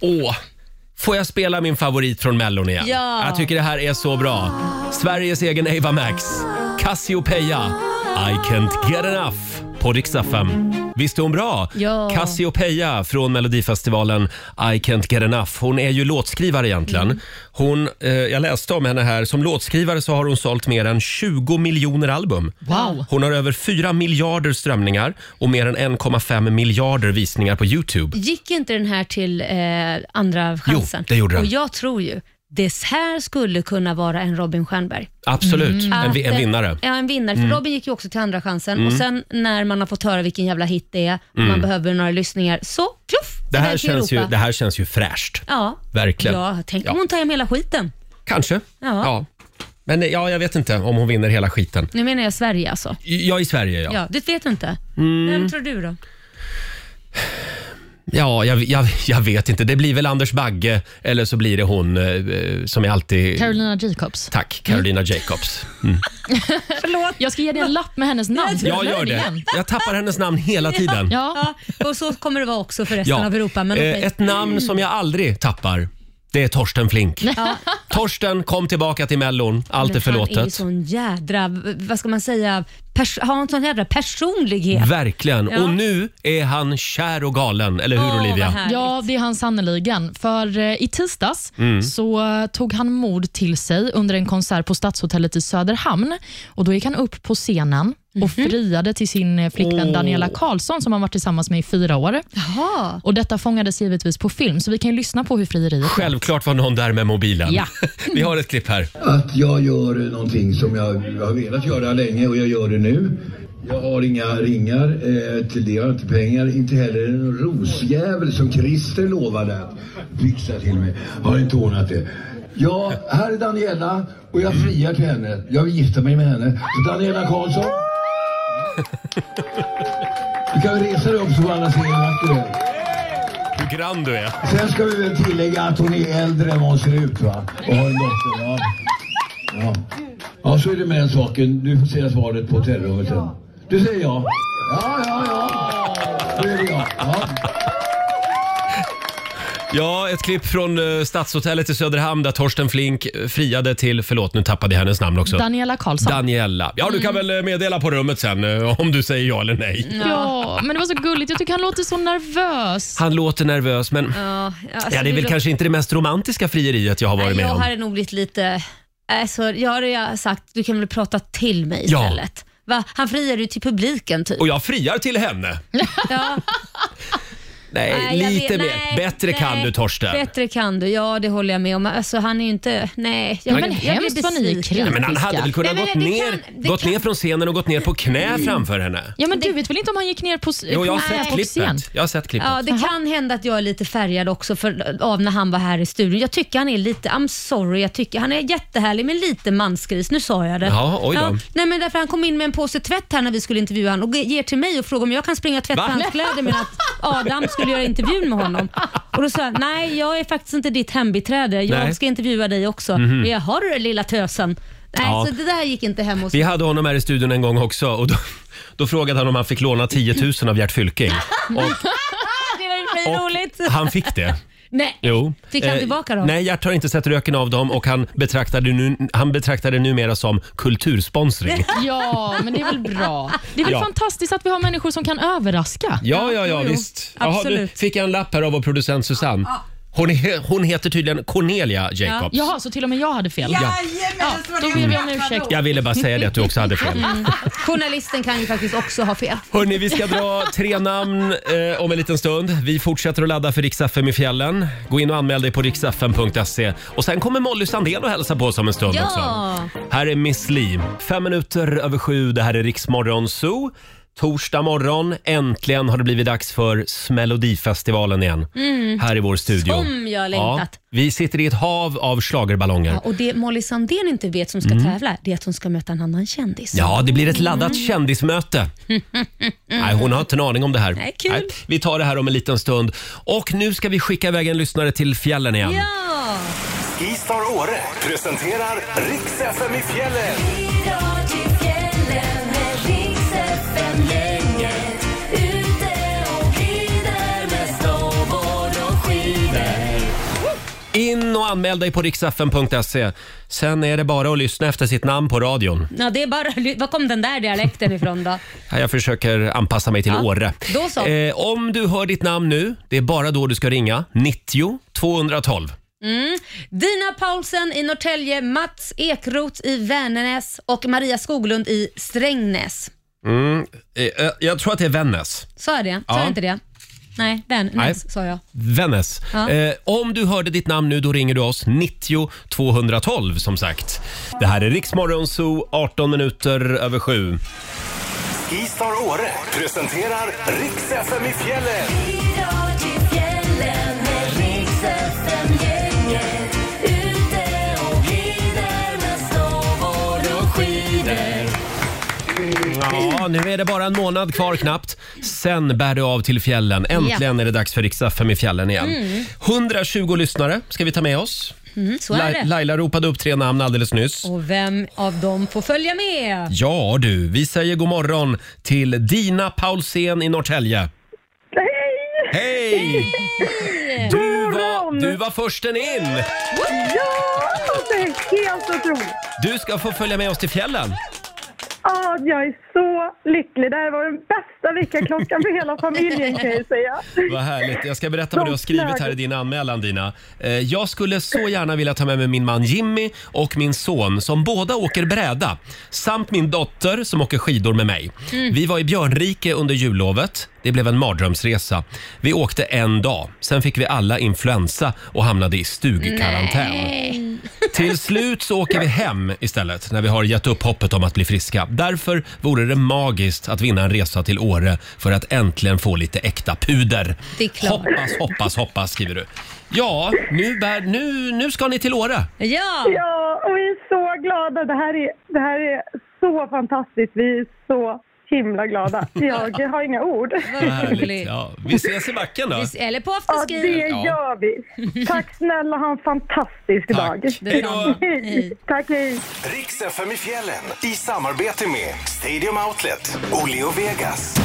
A: Åh, får jag spela min favorit från Mellon igen?
C: Ja.
A: Jag tycker det här är så bra. Sveriges egen Eva Max. Cassiopeia. I can't get enough på riksdag fem. Visst är hon bra?
C: Ja.
A: Cassiopeia från Melodifestivalen I can't get enough. Hon är ju låtskrivare
C: Mm.
A: egentligen. Hon, eh, jag läste om henne här. Som låtskrivare så har hon sålt mer än 20 miljoner album.
D: Wow.
A: Hon har över 4 miljarder strömningar och mer än 1,5 miljarder visningar på Youtube.
C: Gick inte den här till eh, andra chansen?
A: det gjorde den.
C: Och jag tror ju det här skulle kunna vara en Robin Stjernberg.
A: Absolut, en, vi- en
C: Att, eh,
A: vinnare. Mm.
C: Ja, en vinnare. För Robin gick ju också till andra chansen och sen när man har fått höra vilken jävla hit det är och man behöver några lyssningar så pluff!
A: Mm. Det här,
C: iväg till
A: känns ju,
C: Europa.
A: det här känns ju fräscht.
C: Ja.
A: Verkligen.
C: Ja, tänk om
A: Ja.
C: hon tar hem hela skiten.
A: Kanske.
C: Ja.
A: Men eh, ja, jag vet inte om hon vinner hela skiten.
C: Nu menar jag Sverige alltså.
A: Ja, i Sverige ja.
C: Ja,
A: Ja, Mm.
C: det vet du inte. Vem tror du då?
A: jag, jag, jag vet inte. Det blir väl Anders Bagge eller så blir det hon eh, som är alltid...
D: Carolina Jacobs.
A: Tack, Carolina Jacobs.
D: Förlåt. Jag ska ge dig en lapp med hennes namn.
A: Jag
D: Lämna
A: gör
D: den
A: det.
D: igen.
A: Jag tappar hennes namn hela tiden.
D: Ja.
C: Ja, och så kommer det vara också för resten av Europa. Men
A: Eh,
C: okej.
A: Ett namn som jag aldrig tappar, det är Torsten Flink. Torsten, kom tillbaka till Mellon. Allt är
C: Han är ju
A: förlåtet.
C: sån jädra, vad ska man säga, pers- har en sån jädra personlighet.
A: Verkligen.
C: Ja.
A: Och nu är han kär och galen, eller hur
C: Åh, vad
A: Olivia?
C: härligt.
D: Ja, det är han sannoliken. För eh, i tisdags
A: Mm.
D: så eh, tog han mod till sig under en konsert på Stadshotellet i Söderhamn. Och Då gick han upp på scenen och friade till sin eh, flickvän Daniela Karlsson som han varit tillsammans med i fyra år.
C: Jaha.
D: Och Detta fångades givetvis på film, så vi kan ju lyssna på hur frieriet
A: Självklart var någon där med mobilen.
D: Ja.
A: Vi har ett klipp här.
I: Att jag gör någonting som jag har velat göra länge och jag gör det nu. Jag har inga ringar, eh, till det har jag inte pengar. Inte heller en rosjävel som Christer lovade att fixa till mig. Har inte ordnat det. Ja, här är Daniela och jag friar till henne. Jag vill gifta mig med henne. Daniela Karlsson. Du kan väl resa dig upp så alla ser hur vacker du är.
A: Hur grann du är.
I: Sen ska vi väl tillägga att hon är äldre än vad hon ser ut va? Och har en dotter. Ja. Ja. ja, så är det med den saken. Du får se svaret på hotellrummet sen. Du säger ja? Ja, ja, ja. Då är det ja. ja.
A: Ja, ett klipp från eh, Stadshotellet i Söderhamn där Torsten Flink eh, friade till, förlåt nu tappade jag hennes namn också.
D: Daniela Karlsson.
A: Daniela. Ja, du kan
C: Mm.
A: väl eh, meddela på rummet sen eh, om du säger ja eller nej.
D: ja, men det var så gulligt. Jag tycker han låter så nervös.
A: Han låter nervös, men
C: Ja,
A: ja,
C: alltså,
A: det är väl
C: låter-
A: kanske inte det mest romantiska frieriet jag har varit
C: Nej,
A: med
C: jag
A: om.
C: hade nog blivit lite... Alltså, jag hade ju sagt, du kan väl prata till mig
A: Ja.
C: istället. Va? Han friar ju till publiken typ.
A: Och jag friar till henne.
C: Ja.
A: Nej,
C: Nej, jag
A: lite
C: vet-
A: mer.
C: nej,
A: Bättre
C: nej.
A: kan du Torsten.
C: Bättre kan du, ja det håller jag med om. Alltså, han är ju inte... Nej, jag,
D: Ja, men
C: jag blir
D: hemskt vad ni är
C: besviken.
A: Nej, men han hade väl kunnat
C: Nej, men
A: gått,
C: det
A: ner,
C: kan- det
A: gått
C: kan- Mm.
A: ner från scenen och gått ner på knä framför henne.
D: Ja, men du vet väl inte om han gick ner på, s-
A: Jo,
D: på
A: jag har
D: knä
A: sett
D: på scen?
A: klippet. Jag har sett klippet.
C: Ja, det kan hända att jag är lite färgad också för, av när han var här i studion. Jag tycker han är lite, I'm sorry, jag tycker han är jättehärlig men lite mansgris. Nu sa jag det.
A: Ja, oj då.
C: nej, men därför han kom in med en påse tvätt här när vi skulle intervjua honom och ge- ger till mig och frågar om jag kan springa och tvätta
A: Va?
C: hans kläder medan att Adam skulle göra intervjun med honom. Och då sa jag, nej jag är faktiskt inte ditt hembiträde, jag
A: Nej. Mhm.
C: ska intervjua dig också. Mm-hmm. Jaha du lilla tösen. Nej,
A: Ja.
C: så det där gick inte hem hos
A: Vi hade honom här i studion en gång också och då, då frågade han om han fick låna 10 000 av Gert Fylking.
C: Det var ju
A: Och
C: roligt.
A: han fick det.
C: Nej.
A: Jo.
C: Fick han
A: Eh,
C: tillbaka dem?
A: Nej, Gert har inte sett röken av dem och han betraktade, nu, han betraktade numera som kultursponsring.
D: Ja, men det är väl bra. Det är väl
A: Ja.
D: fantastiskt att vi har människor som kan överraska.
A: Ja, ja,
C: jo,
A: ja,
C: jo.
A: visst. Jaha, nu
C: Absolut.
A: fick jag en lapp här av vår producent Susanne. Hon, he, hon heter tydligen Cornelia Jacobs.
D: Jaha, så till och med jag hade fel? Ja, då ber vi om ursäkt.
A: Jag ville bara säga det att du också hade fel.
C: Journalisten kan ju faktiskt också ha fel.
A: Hörni, vi ska dra tre namn eh, om en liten stund. Vi fortsätter att ladda för Rix FM i fjällen. Gå in och anmäl dig på riksfm.se. Och sen kommer Molly Sandén och hälsa på oss om en stund
C: Ja.
A: också. Här är Miss Li. Fem minuter över sju. Det här är Riksmorgon Zoo. Torsdag morgon. Äntligen har det blivit dags för Smelodifestivalen igen. Här i vår studio.
C: Mm. Som jag längtat.
A: vi sitter i ett hav av schlagerballonger.
C: Ja, och det Molly Sandén inte vet som ska tävla, det är att hon ska möta en annan kändis.
A: Mm. Ja, det blir ett laddat
C: Mm.
A: kändismöte. Nej, hon har inte en aning om det här.
C: Nej, kul.
A: vi tar det här om en liten stund. Och nu ska vi skicka iväg en lyssnare till fjällen igen.
C: Ja.
B: Skistar Åre presenterar Riks FM i fjällen.
A: In och anmäl dig på riksfn.se. Sen är det bara att lyssna efter sitt namn på radion.
C: Ja, det är bara, var kom den där dialekten ifrån då?
A: Här, Jag försöker anpassa mig till
C: Ja,
A: Åre.
C: då så.
A: Eh, om du hör ditt namn nu, det är bara då du ska ringa. 90 212.
C: Dina Paulsen i Norrtälje, Mats Ekroth i Vänernäs och Maria Skoglund i Strängnäs.
A: Eh, eh, jag tror att det är Vännäs.
C: Sa jag det? Sa
A: Ja.
C: jag inte det? Nej, Vännäs sa jag.
A: Vännäs.
C: Ja.
A: Eh, om du hörde ditt namn nu, då ringer du oss. 90 212 som sagt. Det här är Riksmorgon Zoo, 18 minuter över sju.
B: Skistar Åre presenterar Riks FM i fjällen.
C: Mm,
A: Ja, nu är det bara en månad kvar knappt. Sen bär du av till fjällen. Äntligen är det dags för Riksdag 5 i fjällen igen. 120 lyssnare ska vi ta med oss.
C: Mm, så är
A: Lai-
C: det.
A: Laila ropade upp tre namn alldeles nyss.
C: Och vem av dem får följa med?
A: Ja du, vi säger god morgon till Dina Paulsen i Norrtälje.
F: Hej!
A: Hej! Du var, du var försten in!
F: Ja! Det är helt otroligt.
A: Du ska få följa med oss till fjällen.
F: Ja, jag är så lycklig. Det här var den bästa lyckaklockan för hela familjen kan jag säga.
A: Vad härligt. Jag ska berätta vad du har skrivit här i din anmälan Dina. Eh, Jag skulle så gärna vilja ta med mig min man Jimmy och min son som båda åker bräda. Samt min dotter som åker skidor med mig. Vi var i Björnrike under jullovet. Det blev en mardrömsresa. Vi åkte en dag. Sen fick vi alla influensa och hamnade i stugkarantän. Till slut så åker vi hem istället när vi har gett upp hoppet om att bli friska. Därför vore det magiskt att vinna en resa till Åre för att äntligen få lite äkta puder.
C: Det är klart.
A: Hoppas, hoppas, hoppas skriver du. Ja, nu, bär, nu, nu ska ni till Åre.
C: Ja!
F: Ja, och vi är så glada. Det här är, det här är så fantastiskt. Vi är så himla glada. Jag har inga ord.
C: Vad roligt.
A: Ja, vi ses i backen då.
C: Eller på
F: Ja,
C: afterski.
F: det gör vi. Tack snälla, ha en fantastisk dag.
A: Hej då.
F: Hej. Tack, hej.
B: Riks FM i fjällen i samarbete med Stadium Outlet, Oleo Vegas.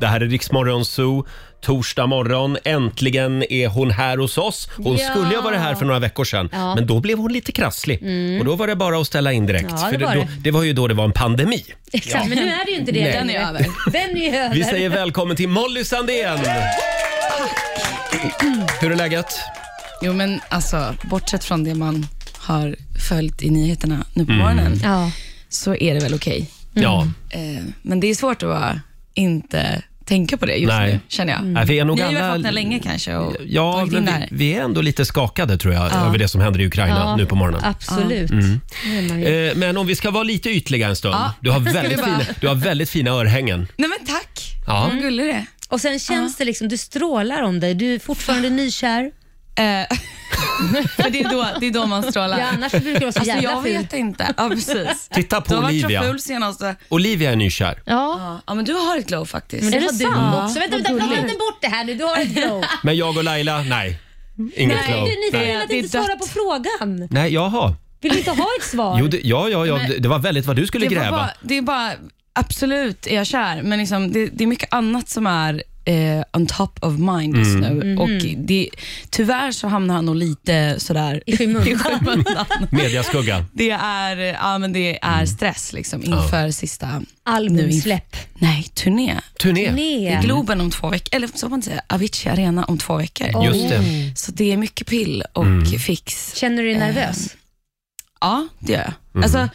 A: Det här är Riksmorgon Zoo. Torsdag morgon. Äntligen är hon här hos oss. Hon
C: Ja.
A: skulle ju ha varit här för några veckor sedan,
C: Ja. Mm.
A: men då blev hon lite krasslig. Och då var det bara att ställa in direkt.
C: Ja,
A: för
C: det var
A: då,
C: det.
A: det var ju då det var en pandemi.
C: Exakt, men nu är det ju inte det
A: Nej.
C: längre.
A: Den
J: är över.
C: Den är över.
A: Vi säger välkommen till Molly Sandén! Hur är läget?
J: Mm. Jo, men alltså, bortsett från det man har följt i nyheterna nu på morgonen,
C: Ja.
J: så är det väl okej.
A: Ja,
J: Eh, men det är svårt att bara inte tänka på det just
A: Nej.
J: nu, känner jag.
A: Nej, vi är nog
J: Ni har ju varit
A: alla...
J: vakna länge kanske och
A: Ja,
J: tagit in
A: men
J: det här.
A: vi, vi är ändå lite skakade tror jag över det som händer i Ukraina
C: Ja,
A: nu på morgonen.
C: Absolut. Det är man ju.
A: Eh, Men om vi ska vara lite ytliga en stund.
J: Ja.
A: Du, har
J: Ska vi
A: väldigt
J: bara- Mm.
A: fina, du har väldigt fina örhängen.
J: Nej men tack,
A: Ja.
C: Mm.
J: vad gullig du är.
C: Och sen känns det liksom, du strålar om dig. Du är fortfarande nykär.
J: Eh, för det är, då, det är då man strålar.
C: Ja, annars brukar du vara så
J: Alltså,
C: jävla
J: jag
C: ful.
J: vet inte. Ja, precis.
A: Titta på
J: du har varit
A: Olivia.
J: så ful senaste...
A: Olivia är nykär.
D: Ja.
J: Ja, ja, men du har ett glow faktiskt.
C: Men det
D: Är
C: har
D: det
C: du
D: sant?
C: också. Vänta,
D: Vad
C: vänta, plocka
D: gulligt.
C: inte bort det här nu. Du har ett glow.
A: Men jag och Laila, nej. Inget
C: Nej,
A: glow.
C: du, ni får
A: Nej.
C: väl att
J: Det är
C: inte svara
J: dött.
C: på frågan.
A: nej, jaha.
C: Vill du inte ha ett svar?
A: Jo, det, ja, ja, ja, det- det var väldigt vad du skulle
J: det,
A: gräva.
J: är bara, det är bara, absolut är jag kär, men liksom, det, det är mycket annat som är eh, on top of mind just nu. Och det, tyvärr så hamnar han nog lite sådär
C: Mm. I skymundan.
J: skymundan.
A: Mediaskugga.
J: det är, ja, men det är stress liksom, inför sista
C: Albumsläpp.
J: nej, turné.
A: Turné.
J: Det är
C: Nej.
J: Globen om två veckor, eller så får man säga, Avicii Arena om två veckor.
A: Just det. Mm.
J: Så det är mycket pill och fix.
C: Känner du dig nervös? Mm.
J: Ja, det gör jag. Alltså,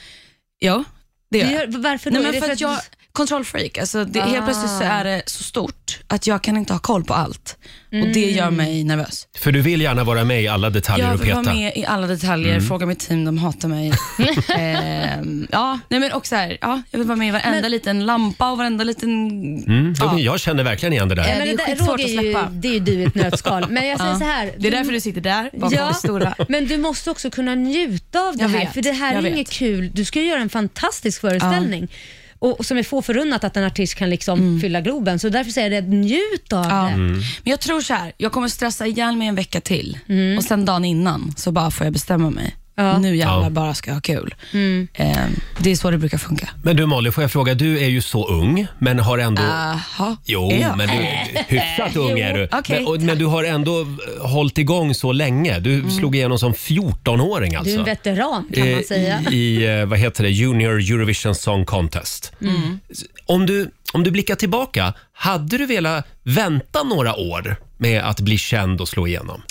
J: ja, det gör
C: Du
J: jag.
C: gör, varför då?
J: Nej,
C: Är
J: men
C: det
J: för att jag, kontrollfreak. Alltså det,
C: Ah.
J: Helt plötsligt så är det så stort att jag kan inte ha koll på allt. Och Det
C: Mm.
J: gör mig nervös.
A: För du vill gärna vara med i alla detaljer
J: Jag
A: och
J: vill vara
A: peta.
J: med i alla detaljer, fråga mitt team, de hatar mig. Ehm, ja, nej men också här, ja, jag vill vara med i varenda liten lampa och varenda liten...
A: Mm, ja. men Jag känner verkligen igen det där.
C: Nej, men
J: det är
C: det, där,
J: skitsvårt
C: Roger,
J: att
C: är ju,
J: släppa.
C: det är ju du i ett nötskal. Men jag säger så här.
J: Det är därför du sitter där, bakom
C: Ja,
J: det stora.
C: men du måste också kunna njuta av det
J: Jag
C: här,
J: vet,
C: för det här är
J: jag
C: inget
J: vet.
C: kul. Du ska ju göra en fantastisk föreställning. Och, och som är få förunnat att en artist kan liksom fylla Globen. Så därför säger jag det, njut av
J: Mm. Ja.
C: det.
J: Men jag tror så här, jag kommer stressa ihjäl mig en vecka till och sen dagen innan så bara får jag bestämma mig.
C: Ja.
J: Nu jävlar
A: Ja.
J: bara ska jag ha kul. Ehm, det är så det brukar funka.
A: Men du Molly, får jag fråga, du är ju så ung, men har ändå...
J: Aha.
A: Jo,
J: Är jag?
A: men du, hyfsat ung är du.
J: okej,
A: men, och, men du har ändå eh, hållit igång så länge. Du
J: Mm.
A: slog igenom som 14-åring
C: Du är
A: alltså.
C: en veteran kan man
A: Eh,
C: säga.
A: I, i eh, vad heter det, Junior Eurovision Song Contest.
J: Mm.
A: S- Om, du, om du blickar tillbaka, hade du velat vänta några år med att bli känd och slå igenom?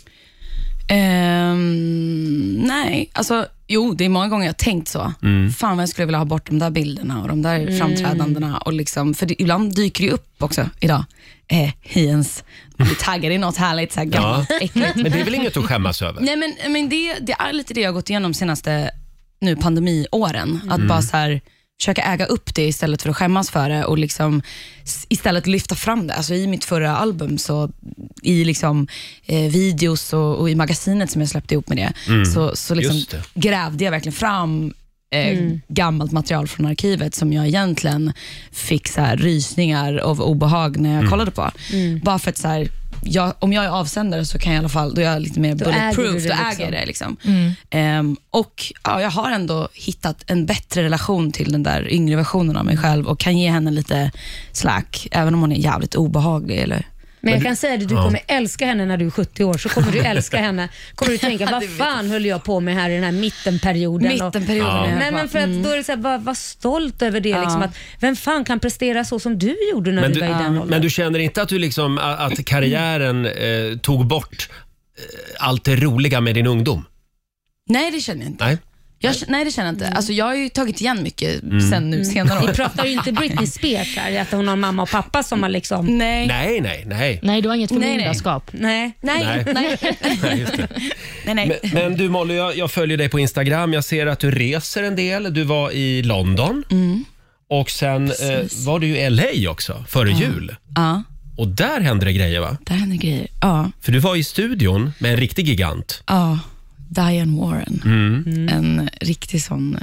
J: Ehm, nej, alltså jo, det är många gånger jag har tänkt så.
A: Mm.
J: Fan vad jag skulle vilja ha bort de där bilderna och de där framträdandena. Och liksom, för det, ibland dyker det ju upp också idag. Eh, hej ens, vi taggar i något härligt, så här gammalt, äckligt.
A: Men det är väl inget att skämmas över?
J: Nej, men, men det, det är lite det jag har gått igenom senaste nu pandemiåren. Att bara så här, försöka äga upp det istället för att skämmas för det och liksom s- istället lyfta fram det. Alltså I mitt förra album, så i liksom, eh, videos och, och i magasinet som jag släppte ihop med det, så, så liksom
A: Just det.
J: grävde jag verkligen fram eh, gammalt material från arkivet som jag egentligen fick så här, rysningar av obehag när jag kollade på. Bara för att så här, jag, om jag är avsändare så kan jag i alla fall, då är jag lite mer
C: äger du
J: bulletproof, då
C: det
J: äger
C: liksom.
J: jag det. Liksom. Ehm, och ja, Jag har ändå hittat en bättre relation till den där yngre versionen av mig själv och kan ge henne lite slack, även om hon är jävligt obehaglig. Eller?
C: Men jag kan säga det, du kommer älska henne när du är 70 år. Så kommer du älska henne. Kommer du tänka, vad fan höll jag på med här i den här mittenperioden? Och-
J: Mittenperioden.
A: Ja.
J: är jag
C: Nej,
J: bara-
C: men för att då är det så här, var, var stolt över det. Liksom, att vem fan kan prestera så som du gjorde när
A: Men
C: du,
A: du,
C: var i den åldern?
A: men du känner inte att, du liksom, a-
J: Mm.
A: att karriären eh, tog bort eh, allt det roliga med din ungdom?
J: Nej, det känner jag inte.
A: Nej.
J: Jag, nej, det känner jag inte. Alltså, jag har ju tagit igen mycket sen
G: Mm.
J: nu senare
C: Vi
J: år.
C: pratar ju inte Britney Spears här, att hon har mamma och pappa som har liksom...
J: Nej.
A: Nej,
J: Nej.
A: nej, nej.
D: Nej, du har inget
J: Nej, nej.
D: förmyndarskap.
C: Nej.
J: Nej.
A: Nej.
J: Nej.
A: nej just det.
J: Nej,
A: Men, men du Molly, jag, jag följer dig på Instagram. Jag ser att du reser en del. Du var i London
J: Mm.
A: och sen eh, var du i LA också före jul.
J: Ja,
A: Och där hände det grejer va?
J: där händer grejer. Ja.
A: För du var i studion med en riktig gigant.
J: Ja, Diane Warren.
A: Mm.
J: En riktig sån eh,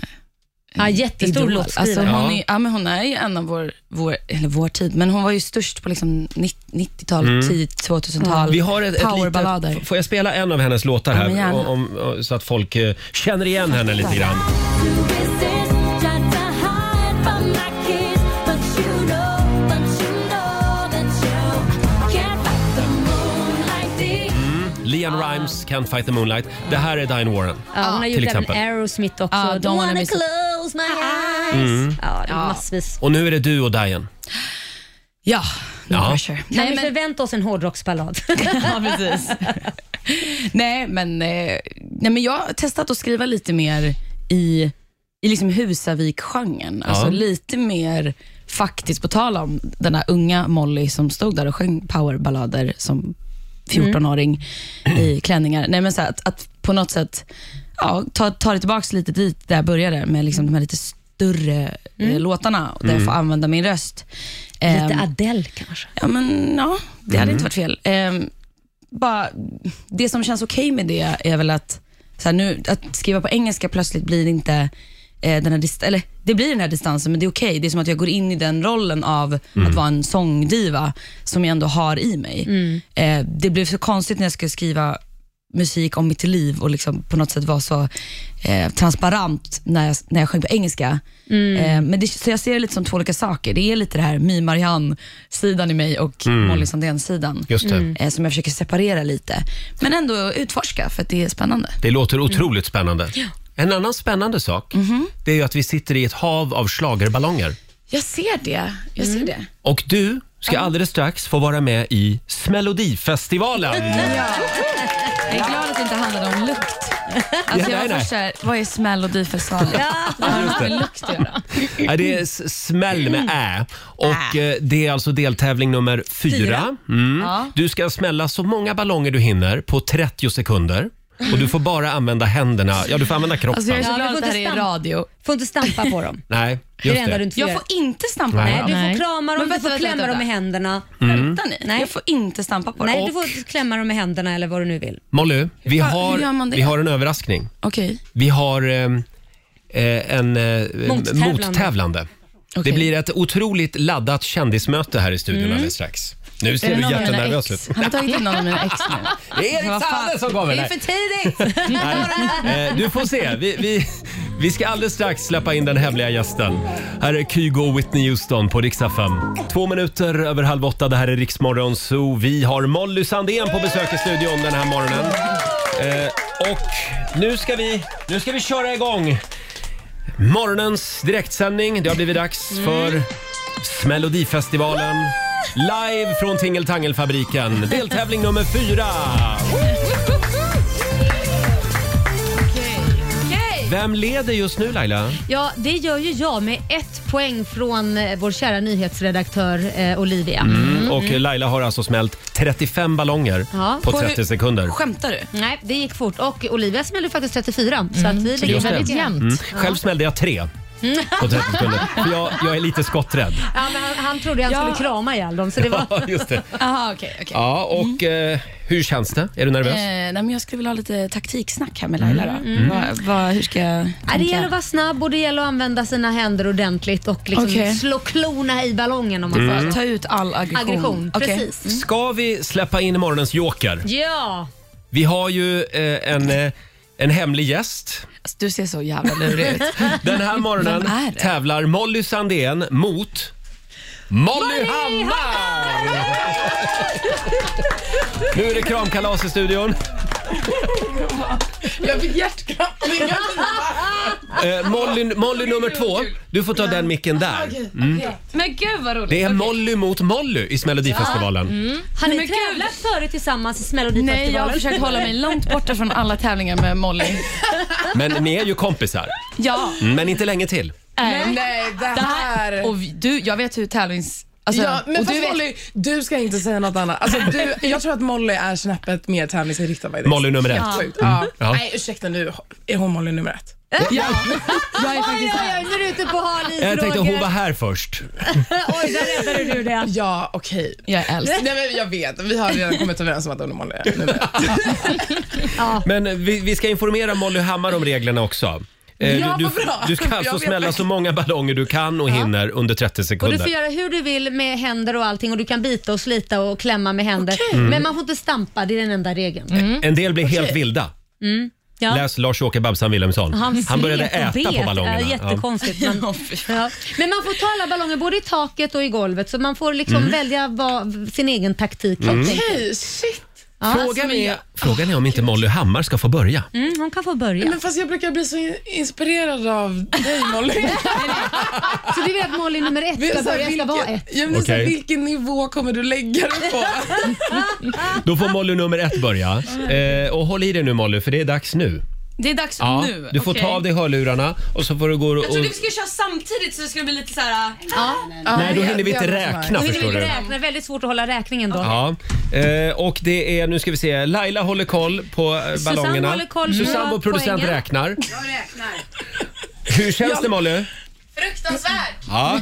C: Ja, jättestor
J: idol.
C: låtskrivare.
J: Alltså, hon,
A: Ja.
J: är, ja, men hon är ju en av vår, vår, eller vår tid, men hon var ju störst på liksom nitt- 90-tal, 10 2000-tal.
A: Mm. Vi har ett, ett
J: Powerballader.
A: litet, Får jag spela en av hennes låtar här
J: men gärna.
A: om, om, så att folk eh, känner igen henne lite grann? Leon Rimes Can't Fight the Moonlight. Det här är Diane Warren.
C: Ja, hon har
A: till
C: gjort även
A: exempel.
C: Aerosmith också.
J: Ja, de
C: Don't wanna
J: har missat-
C: close my eyes. Ja, det är massvis.
A: Och nu är det du och Diane.
J: Ja, no
A: Ja.
J: pressure.
C: Kan
J: Nej,
C: vi
J: men,
C: förvänta oss en hårdrocksballad?
J: ja, precis. nej, men, eh, nej, men jag har testat att skriva lite mer i, i liksom Husavik-genren. Alltså lite mer faktiskt, på tal om den där unga Molly som stod där och sjöng powerballader som 14-åring i klänningar. Nej, men så här, att, att på något sätt ja, ta, ta det tillbaka lite dit där jag började med liksom de här lite större eh, låtarna där jag får använda min röst. Ehm,
C: Lite Adele kanske?
J: Ja, men ja, det hade inte varit fel. Ehm, bara, det som känns okej med det är väl att, så här, nu, att skriva på engelska plötsligt blir inte eh, den här dist- eller det blir den här distansen, men det är okej. Det är som att jag går in i den rollen av
A: Mm.
J: att vara en sångdiva som jag ändå har i mig. Eh, det blev så konstigt när jag skulle skriva musik om mitt liv och liksom på något sätt vara så eh, transparent när jag, när jag sjöng på engelska. Eh, men det, så jag ser det lite som två olika saker. Det är lite det här My Marianne-sidan i mig och Molly Sandén-sidan.
A: Mm. Just det.
J: Eh, som jag försöker separera lite. Men ändå utforska för att det är spännande.
A: Det låter otroligt spännande. En annan spännande sak
J: Mhm.
A: det är ju att vi sitter i ett hav av schlagerballonger.
J: Jag ser det. Jag ser det.
A: Och du ska alldeles strax få vara med i Smelodifestivalen.
J: Jag är glad att det inte handlade om lukt. Alltså
A: Ja,
J: jag
A: nej,
J: var
A: nej.
J: först såhär, vad är Melodifestivalen? Vad har det med lukt att göra?
A: Ja, det är s- smäll
J: Mm.
A: med ä. Och eh, det är alltså deltävling nummer fyra.
J: Fyra.
A: Mm.
J: Ja.
A: Du ska smälla så många ballonger du hinner på 30 sekunder. Och du får bara använda händerna. Ja, du får använda kroppen.
J: Alltså jag är så
C: Ja, vi
J: glad
C: får
J: att det här
C: inte
J: är
C: stampa.
J: radio.
C: Får inte stampa på dem.
A: Nej,
C: Det är det
A: just
C: enda du
A: det.
C: inte får
J: Jag
C: göra.
J: får inte stampa på
A: Nej,
C: Nej,
J: dem.
C: du
D: Nej.
C: får krama dem,
J: Men
C: du
J: vänta,
C: får
J: vänta,
C: klämma
J: vänta.
C: dem med händerna.
J: Vänta ni, jag får inte stampa på
C: Nej,
J: dem.
C: du får klämma dem med händerna eller vad det nu vill.
A: Molly, vi
J: fan- hur gör
A: har,
J: man det?
A: vi har en överraskning.
J: Okej.
A: Vi har ehm, eh, en eh,
C: Mottävlande.
A: mottävlande. Det
J: Okej. Mm.
A: blir ett otroligt laddat kändismöte här i studion alldeles strax. Nu
J: Är
A: ser
J: det
A: du
J: någon av mina
A: jättenervös ut.
J: ex? Har du tagit in någon av mina ex nu?
A: Det är
J: Vad
A: Erik
J: fan?
A: Saade som kommer!
J: Det är
A: Nej.
J: för tidigt!
A: Nej. Eh, Du får se. Vi, vi, vi ska alldeles strax släppa in den hemliga gästen. Här är Kygo och Whitney Houston på Rix FM. Två minuter över halv åtta. Det här är Riksmorgon Zoo. Vi har Molly Sandén på besök i studion den här morgonen. Eh, och nu ska, vi, nu ska vi köra igång morgonens direktsändning. Det har blivit dags för Melodifestivalen. Live från Tingeltangelfabriken. Deltävling nummer fyra.
J: Okej.
A: Vem leder just nu Laila?
C: Ja, det gör ju jag med ett poäng från eh, vår kära nyhetsredaktör eh, Olivia.
A: Mm. Och Laila har alltså smält 35 ballonger
C: Ja.
A: på
J: På hur-
A: 30 sekunder.
J: Skämtar du?
C: Nej, det gick fort och Olivia smällde faktiskt 34 så
J: Mm.
C: att vi ligger
D: Det är
A: det.
D: väldigt
C: väldigt jämnt.
D: jämnt.
A: Mm. Själv smällde jag tre på 30 sekunder. För jag, jag är lite skotträdd.
C: Ja, men han, han trodde han skulle krama ihjäl dem så det var...
A: Ja, just det.
J: Aha, okej. okej.
A: Ja, och eh, hur känns det? Är du nervös?
J: Eh, nej, men jag skulle vilja ha lite taktiksnack här med Laila. Då. Vad- vad- hur ska jag
C: Ja, det
J: tänka?
C: gäller att vara snabb och det gäller att använda sina händer ordentligt och liksom
J: Okej. Mm.
C: slå klorna i ballongen om man får
J: Ta ut all aggression.
C: aggression.
J: Okej.
C: Precis.
A: Ska vi släppa in morgonens joker?
C: Ja!
A: Vi har ju eh, en, eh, en hemlig gäst.
J: Alltså, Du ser så jävla lurig ut.
A: Den här morgonen
J: Vem är det?
A: tävlar Molly Sandén mot Molly, Hammar! nu är det kramkalas i studion.
J: jag fick hjärtklappningar.
A: Eh, Molly, Molly nummer två, du får ta den micken där. Mm.
J: Men gud vad roligt.
A: Det är Molly mot Molly i Melodifestivalen.
C: Har ni tävlat förut tillsammans i Melodifestivalen?
J: Nej, jag har försökt hålla mig långt borta från alla tävlingar med Molly.
A: Men ni är ju kompisar.
J: Mm. Ja.
A: Mm, Men inte länge till.
J: Nej.
K: Nej, det
J: Det
K: här...
D: Mm.
J: här, och vi- du, jag vet hur tävlings... Alltså,
K: Ja, men
J: och
K: fast
J: du vet-
K: Molly, du ska inte säga något annat. Alltså, du, jag tror att Molly är snäppet mer tävlingsinriktad. vad är det?
A: Molly nummer ett.
K: Sjukt. Ja.
A: Ja.
K: Nej, ursäkta nu. Är hon Molly nummer ett?
J: jag är faktiskt
C: Oj, oj, nu är du ute på hal is,
A: Jag tänkte
C: Roger.
A: hon var här först.
C: Oj, där räddade du det.
K: Ja, okej.
J: Jag är äldst.
K: Nej, men jag vet. Vi har redan kommit överens om att hon är Molly nummer ett.
A: Men eh, vi, vi ska informera Molly Hammar om reglerna också.
K: Ja,
A: Eh, du,
K: vad
A: du,
K: bra.
A: du ska
K: Jag
A: alltså
K: vet
A: smälla så
K: faktiskt.
A: många ballonger du kan och hinner under 30
C: Och
A: sekunder.
C: du får göra hur du vill med händer och allting och du kan bita och slita och klämma med händer. Men man får inte stampa, det är den enda regeln.
A: En del blir helt vilda.
C: Ja.
A: Läs Lars-Åke Babsan Wilhelmsson. Han,
C: slet
A: började
C: Mm. och
A: äta
C: bet.
A: på ballongerna.
C: Ja, jättekonstigt. Men, ja. men man får ta alla ballonger både i taket och i golvet så man får liksom välja vad, sin egen taktik. helt enkelt.
K: Okej, shit.
A: Ja. Frågan, är, frågan är om inte Molly Hammar ska få börja.
C: Mm, hon kan få börja.
K: Men fast jag brukar bli så in- inspirerad av dig Molly.
C: Så du vet Molly nummer ett
K: Men
C: ska
K: så här,
C: börja, ska vara
K: vilken-
C: ett.
K: Ja, men så här,
A: Okej.
K: vilken nivå kommer du lägga dig på?
A: Då får Molly nummer ett börja. Eh, och håll i dig nu Molly, för det är dags nu.
J: Det är dags nu.
A: Du får
J: Okej.
A: ta av dig hörlurarna och så får du gå och...
J: Jag trodde vi skulle köra samtidigt så det skulle bli lite så här.
A: Nej, då
K: Ja,
A: hinner vi
K: det
A: inte
K: var så här.
A: räkna
C: Nu vill
A: förstår
C: vi
A: du.
C: räkna, väldigt svårt att hålla räkningen då.
A: Ja, eh, och det är, nu ska vi se, Laila håller koll på eh,
C: Susanne
A: ballongerna.
C: håller koll på
A: Susanne, vår producent,
C: poängen.
A: räknar. Jag räknar. Hur känns det Molly?
J: Fruktansvärt!
A: Ja,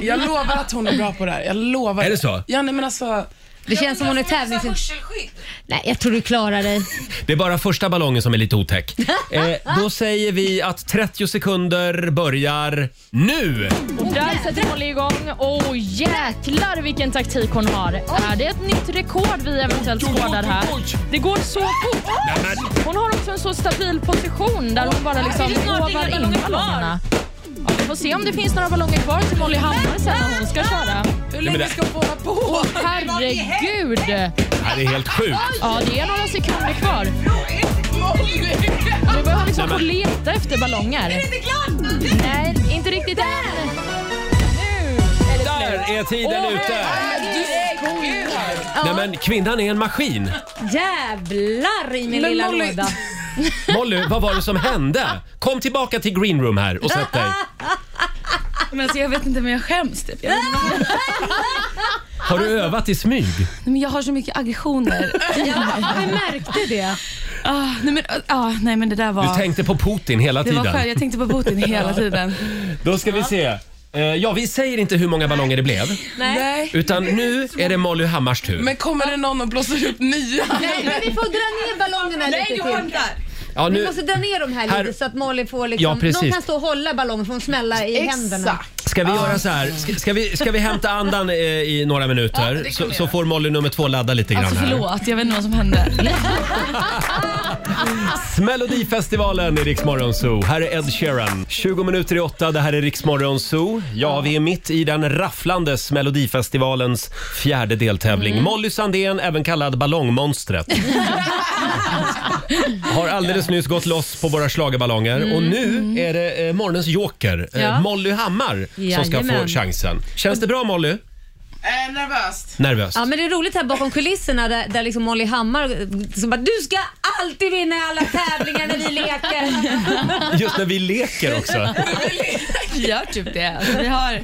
K: Jag lovar att hon är bra på det här. Jag lovar.
A: Är det så?
K: Ja, nej, men alltså.
C: Det känns som hon är tävlings... Nej, jag tror du klarar dig.
A: det är bara första ballongen som är lite otäck. Eh, då säger vi att 30 sekunder börjar nu!
D: Där sätter Molly igång. Åh jäklar vilken taktik hon har. Är det ett nytt rekord vi eventuellt skådar här? Det går så fort. Hon har också en så stabil position där hon bara liksom
J: Det är snart inga
D: hovar in
J: ballonger kvar.
D: ballongerna. Ja, vi får se om det finns några ballonger kvar till Molly Hammar sen när hon ska köra.
K: Hur
A: men
K: länge
A: det-
K: ska hon få hålla på?
D: Herregud!
A: Ja, det är helt sjukt.
D: Ja, det är några sekunder kvar. Nu börjar hon liksom få leta efter ballonger. Är det inte klart? Nej, inte riktigt än.
A: Där är tiden ute! Nej men kvinnan är en maskin.
C: Jävlar i min
K: Men
C: lilla
K: Molly-
C: låda.
A: Molly, vad var det som hände? Kom tillbaka till green room här och sätt dig.
J: Men alltså, jag vet inte men jag skäms typ. Jag, vet inte,
A: Har du övat i smyg?
J: men jag har så mycket aggressioner.
C: Vi märkte det.
J: ah, nej, men, ah, nej men det där
A: Du
J: var...
A: tänkte på Putin hela
J: det var
A: tiden.
J: skönt. Jag tänkte på Putin hela tiden.
A: Då ska vi se. Eh, Ja, vi säger inte hur många ballonger det blev,
K: Nej.
A: utan nu är det Molly Hammars tur.
K: Men kommer det någon och blåser upp nya?
C: Nej, men vi får dra ner ballongerna lite till.
A: Ja,
C: Vi
A: nu,
C: måste dra ner dem här,
A: Här-
C: lite så att Molly får liksom,
A: Ja, precis.
C: någon kan stå och hålla ballongen för hon smälla i händerna.
K: Exakt.
A: ska vi göra så här? Ska, ska, vi, ska vi hämta andan eh, i några minuter så, så får Molly nummer två ladda lite grann
J: Alltså
A: här.
J: förlåt, jag vet inte vad som hände.
A: Melodifestivalen i Riksmorgon Zoo. Här är Ed Sheeran. 20 minuter i åtta, det här är Riksmorgon Zoo. Ja, vi är mitt i den rafflandes Melodifestivalens fjärde deltävling.
C: Mm.
A: Molly Sandén, även kallad Ballongmonstret. Har alldeles nyss gått loss på våra schlagerballonger och nu är det eh, morgonens joker, eh,
C: Mm. Ja.
A: Molly Hammar, som ska få
C: Jajamän.
A: chansen. Känns det bra Molly?
K: Eh, nervöst.
A: Nervöst.
C: Ja, men det är roligt här bakom kulisserna där, där liksom Molly Hammar som bara, du ska alltid vinna i alla tävlingar när vi leker.
A: Just när vi leker också.
J: Vi gör typ det. Alltså, vi, har,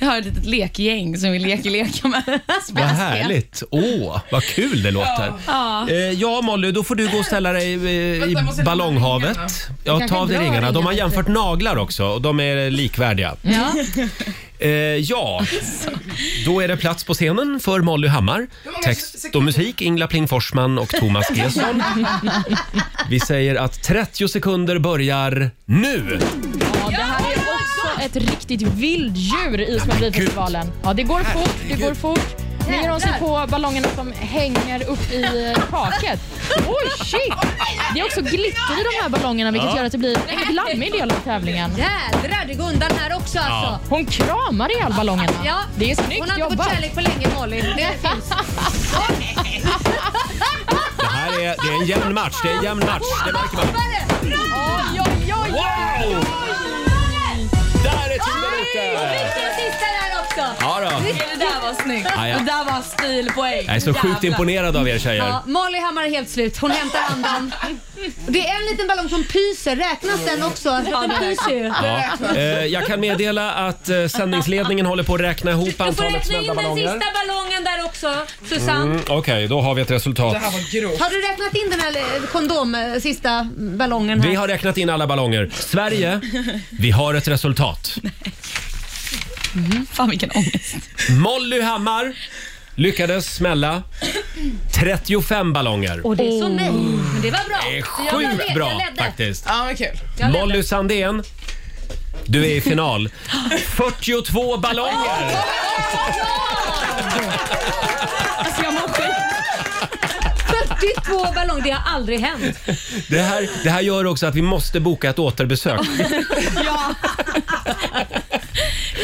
J: vi har ett litet lekgäng som vi leker lekar med.
A: Vad härligt. Åh, vad kul det låter.
J: Ja.
A: Eh, ja, Molly, då får du gå och ställa dig eh, i
K: Vänta, måste jag ta
A: ballonghavet.
K: ringarna?
A: Ja,
C: kanske
A: ta av dig
C: drar
A: ringarna. De har
C: ringarna
A: jämfört naglar också och de är likvärdiga.
C: Ja.
A: Eh, ja, då är det plats på scenen för Molly Hammar.
K: många
A: Text och
K: sekunder?
A: musik Ingela Pling Forsman och Thomas Gesson. Vi säger att 30 sekunder börjar nu!
D: Ja, det här är också ett riktigt vilddjur i Melodifestivalen. Ja, det går fort, det går fort. Nu ger de sig på ballongerna som hänger upp i eh, taket. Oj, shit! Det är också glitter i de här ballongerna vilket gör att det blir en väldigt laddig del av tävlingen.
C: Jädrar, det går undan här också alltså.
D: Hon kramar ihjäl ballongerna.
C: Ja.
D: Det är
C: Hon
D: snyggt
C: har inte
D: jobbat.
C: fått kärlek på länge Molly. Det finns.
A: Det här är, det är en jämn match, det är en jämn match. Det märker man.
D: Oj, oj, oj!
A: Wow! Där är tiden ute!
C: Vilken sista där också.
A: Ja då.
J: Det där var snyggt.
A: Ja, ja.
J: Det där var stilpoäng.
A: Jag är så sjukt imponerad av er tjejer.
C: Ja, Molly Hammar är helt slut. Hon hämtar andan. Det är en liten ballong som pyser. Räknas den också? Ja, den pyser ju.
A: Ja. Eh, jag kan meddela att eh, sändningsledningen håller på att räkna ihop
C: Du får
A: antalet
C: räkna in
A: smällda
C: den
A: ballonger. Mm.
C: sista ballongen där också, Susanne.
A: Okej, då har vi ett resultat.
K: Det här var grovt.
C: Har du räknat in den här kondom, eh, sista ballongen här?
A: Vi har räknat in alla ballonger. Sverige, vi har ett resultat.
C: Mm,
J: Fan vilken ångest.
A: Molly Hammar lyckades smälla 35 ballonger.
C: Och det är så nej. Men det var bra.
A: Det är
C: Jag vet,
A: sjukt
C: jag
A: bra
C: ledde.
A: faktiskt.
K: Ja, men kul.
A: Molly Sandén, du är i final. 42 ballonger!
J: Alltså jag mår skit.
C: 42 ballonger, det har aldrig hänt.
A: Det här, det här gör också att vi måste boka ett återbesök.
J: Ja.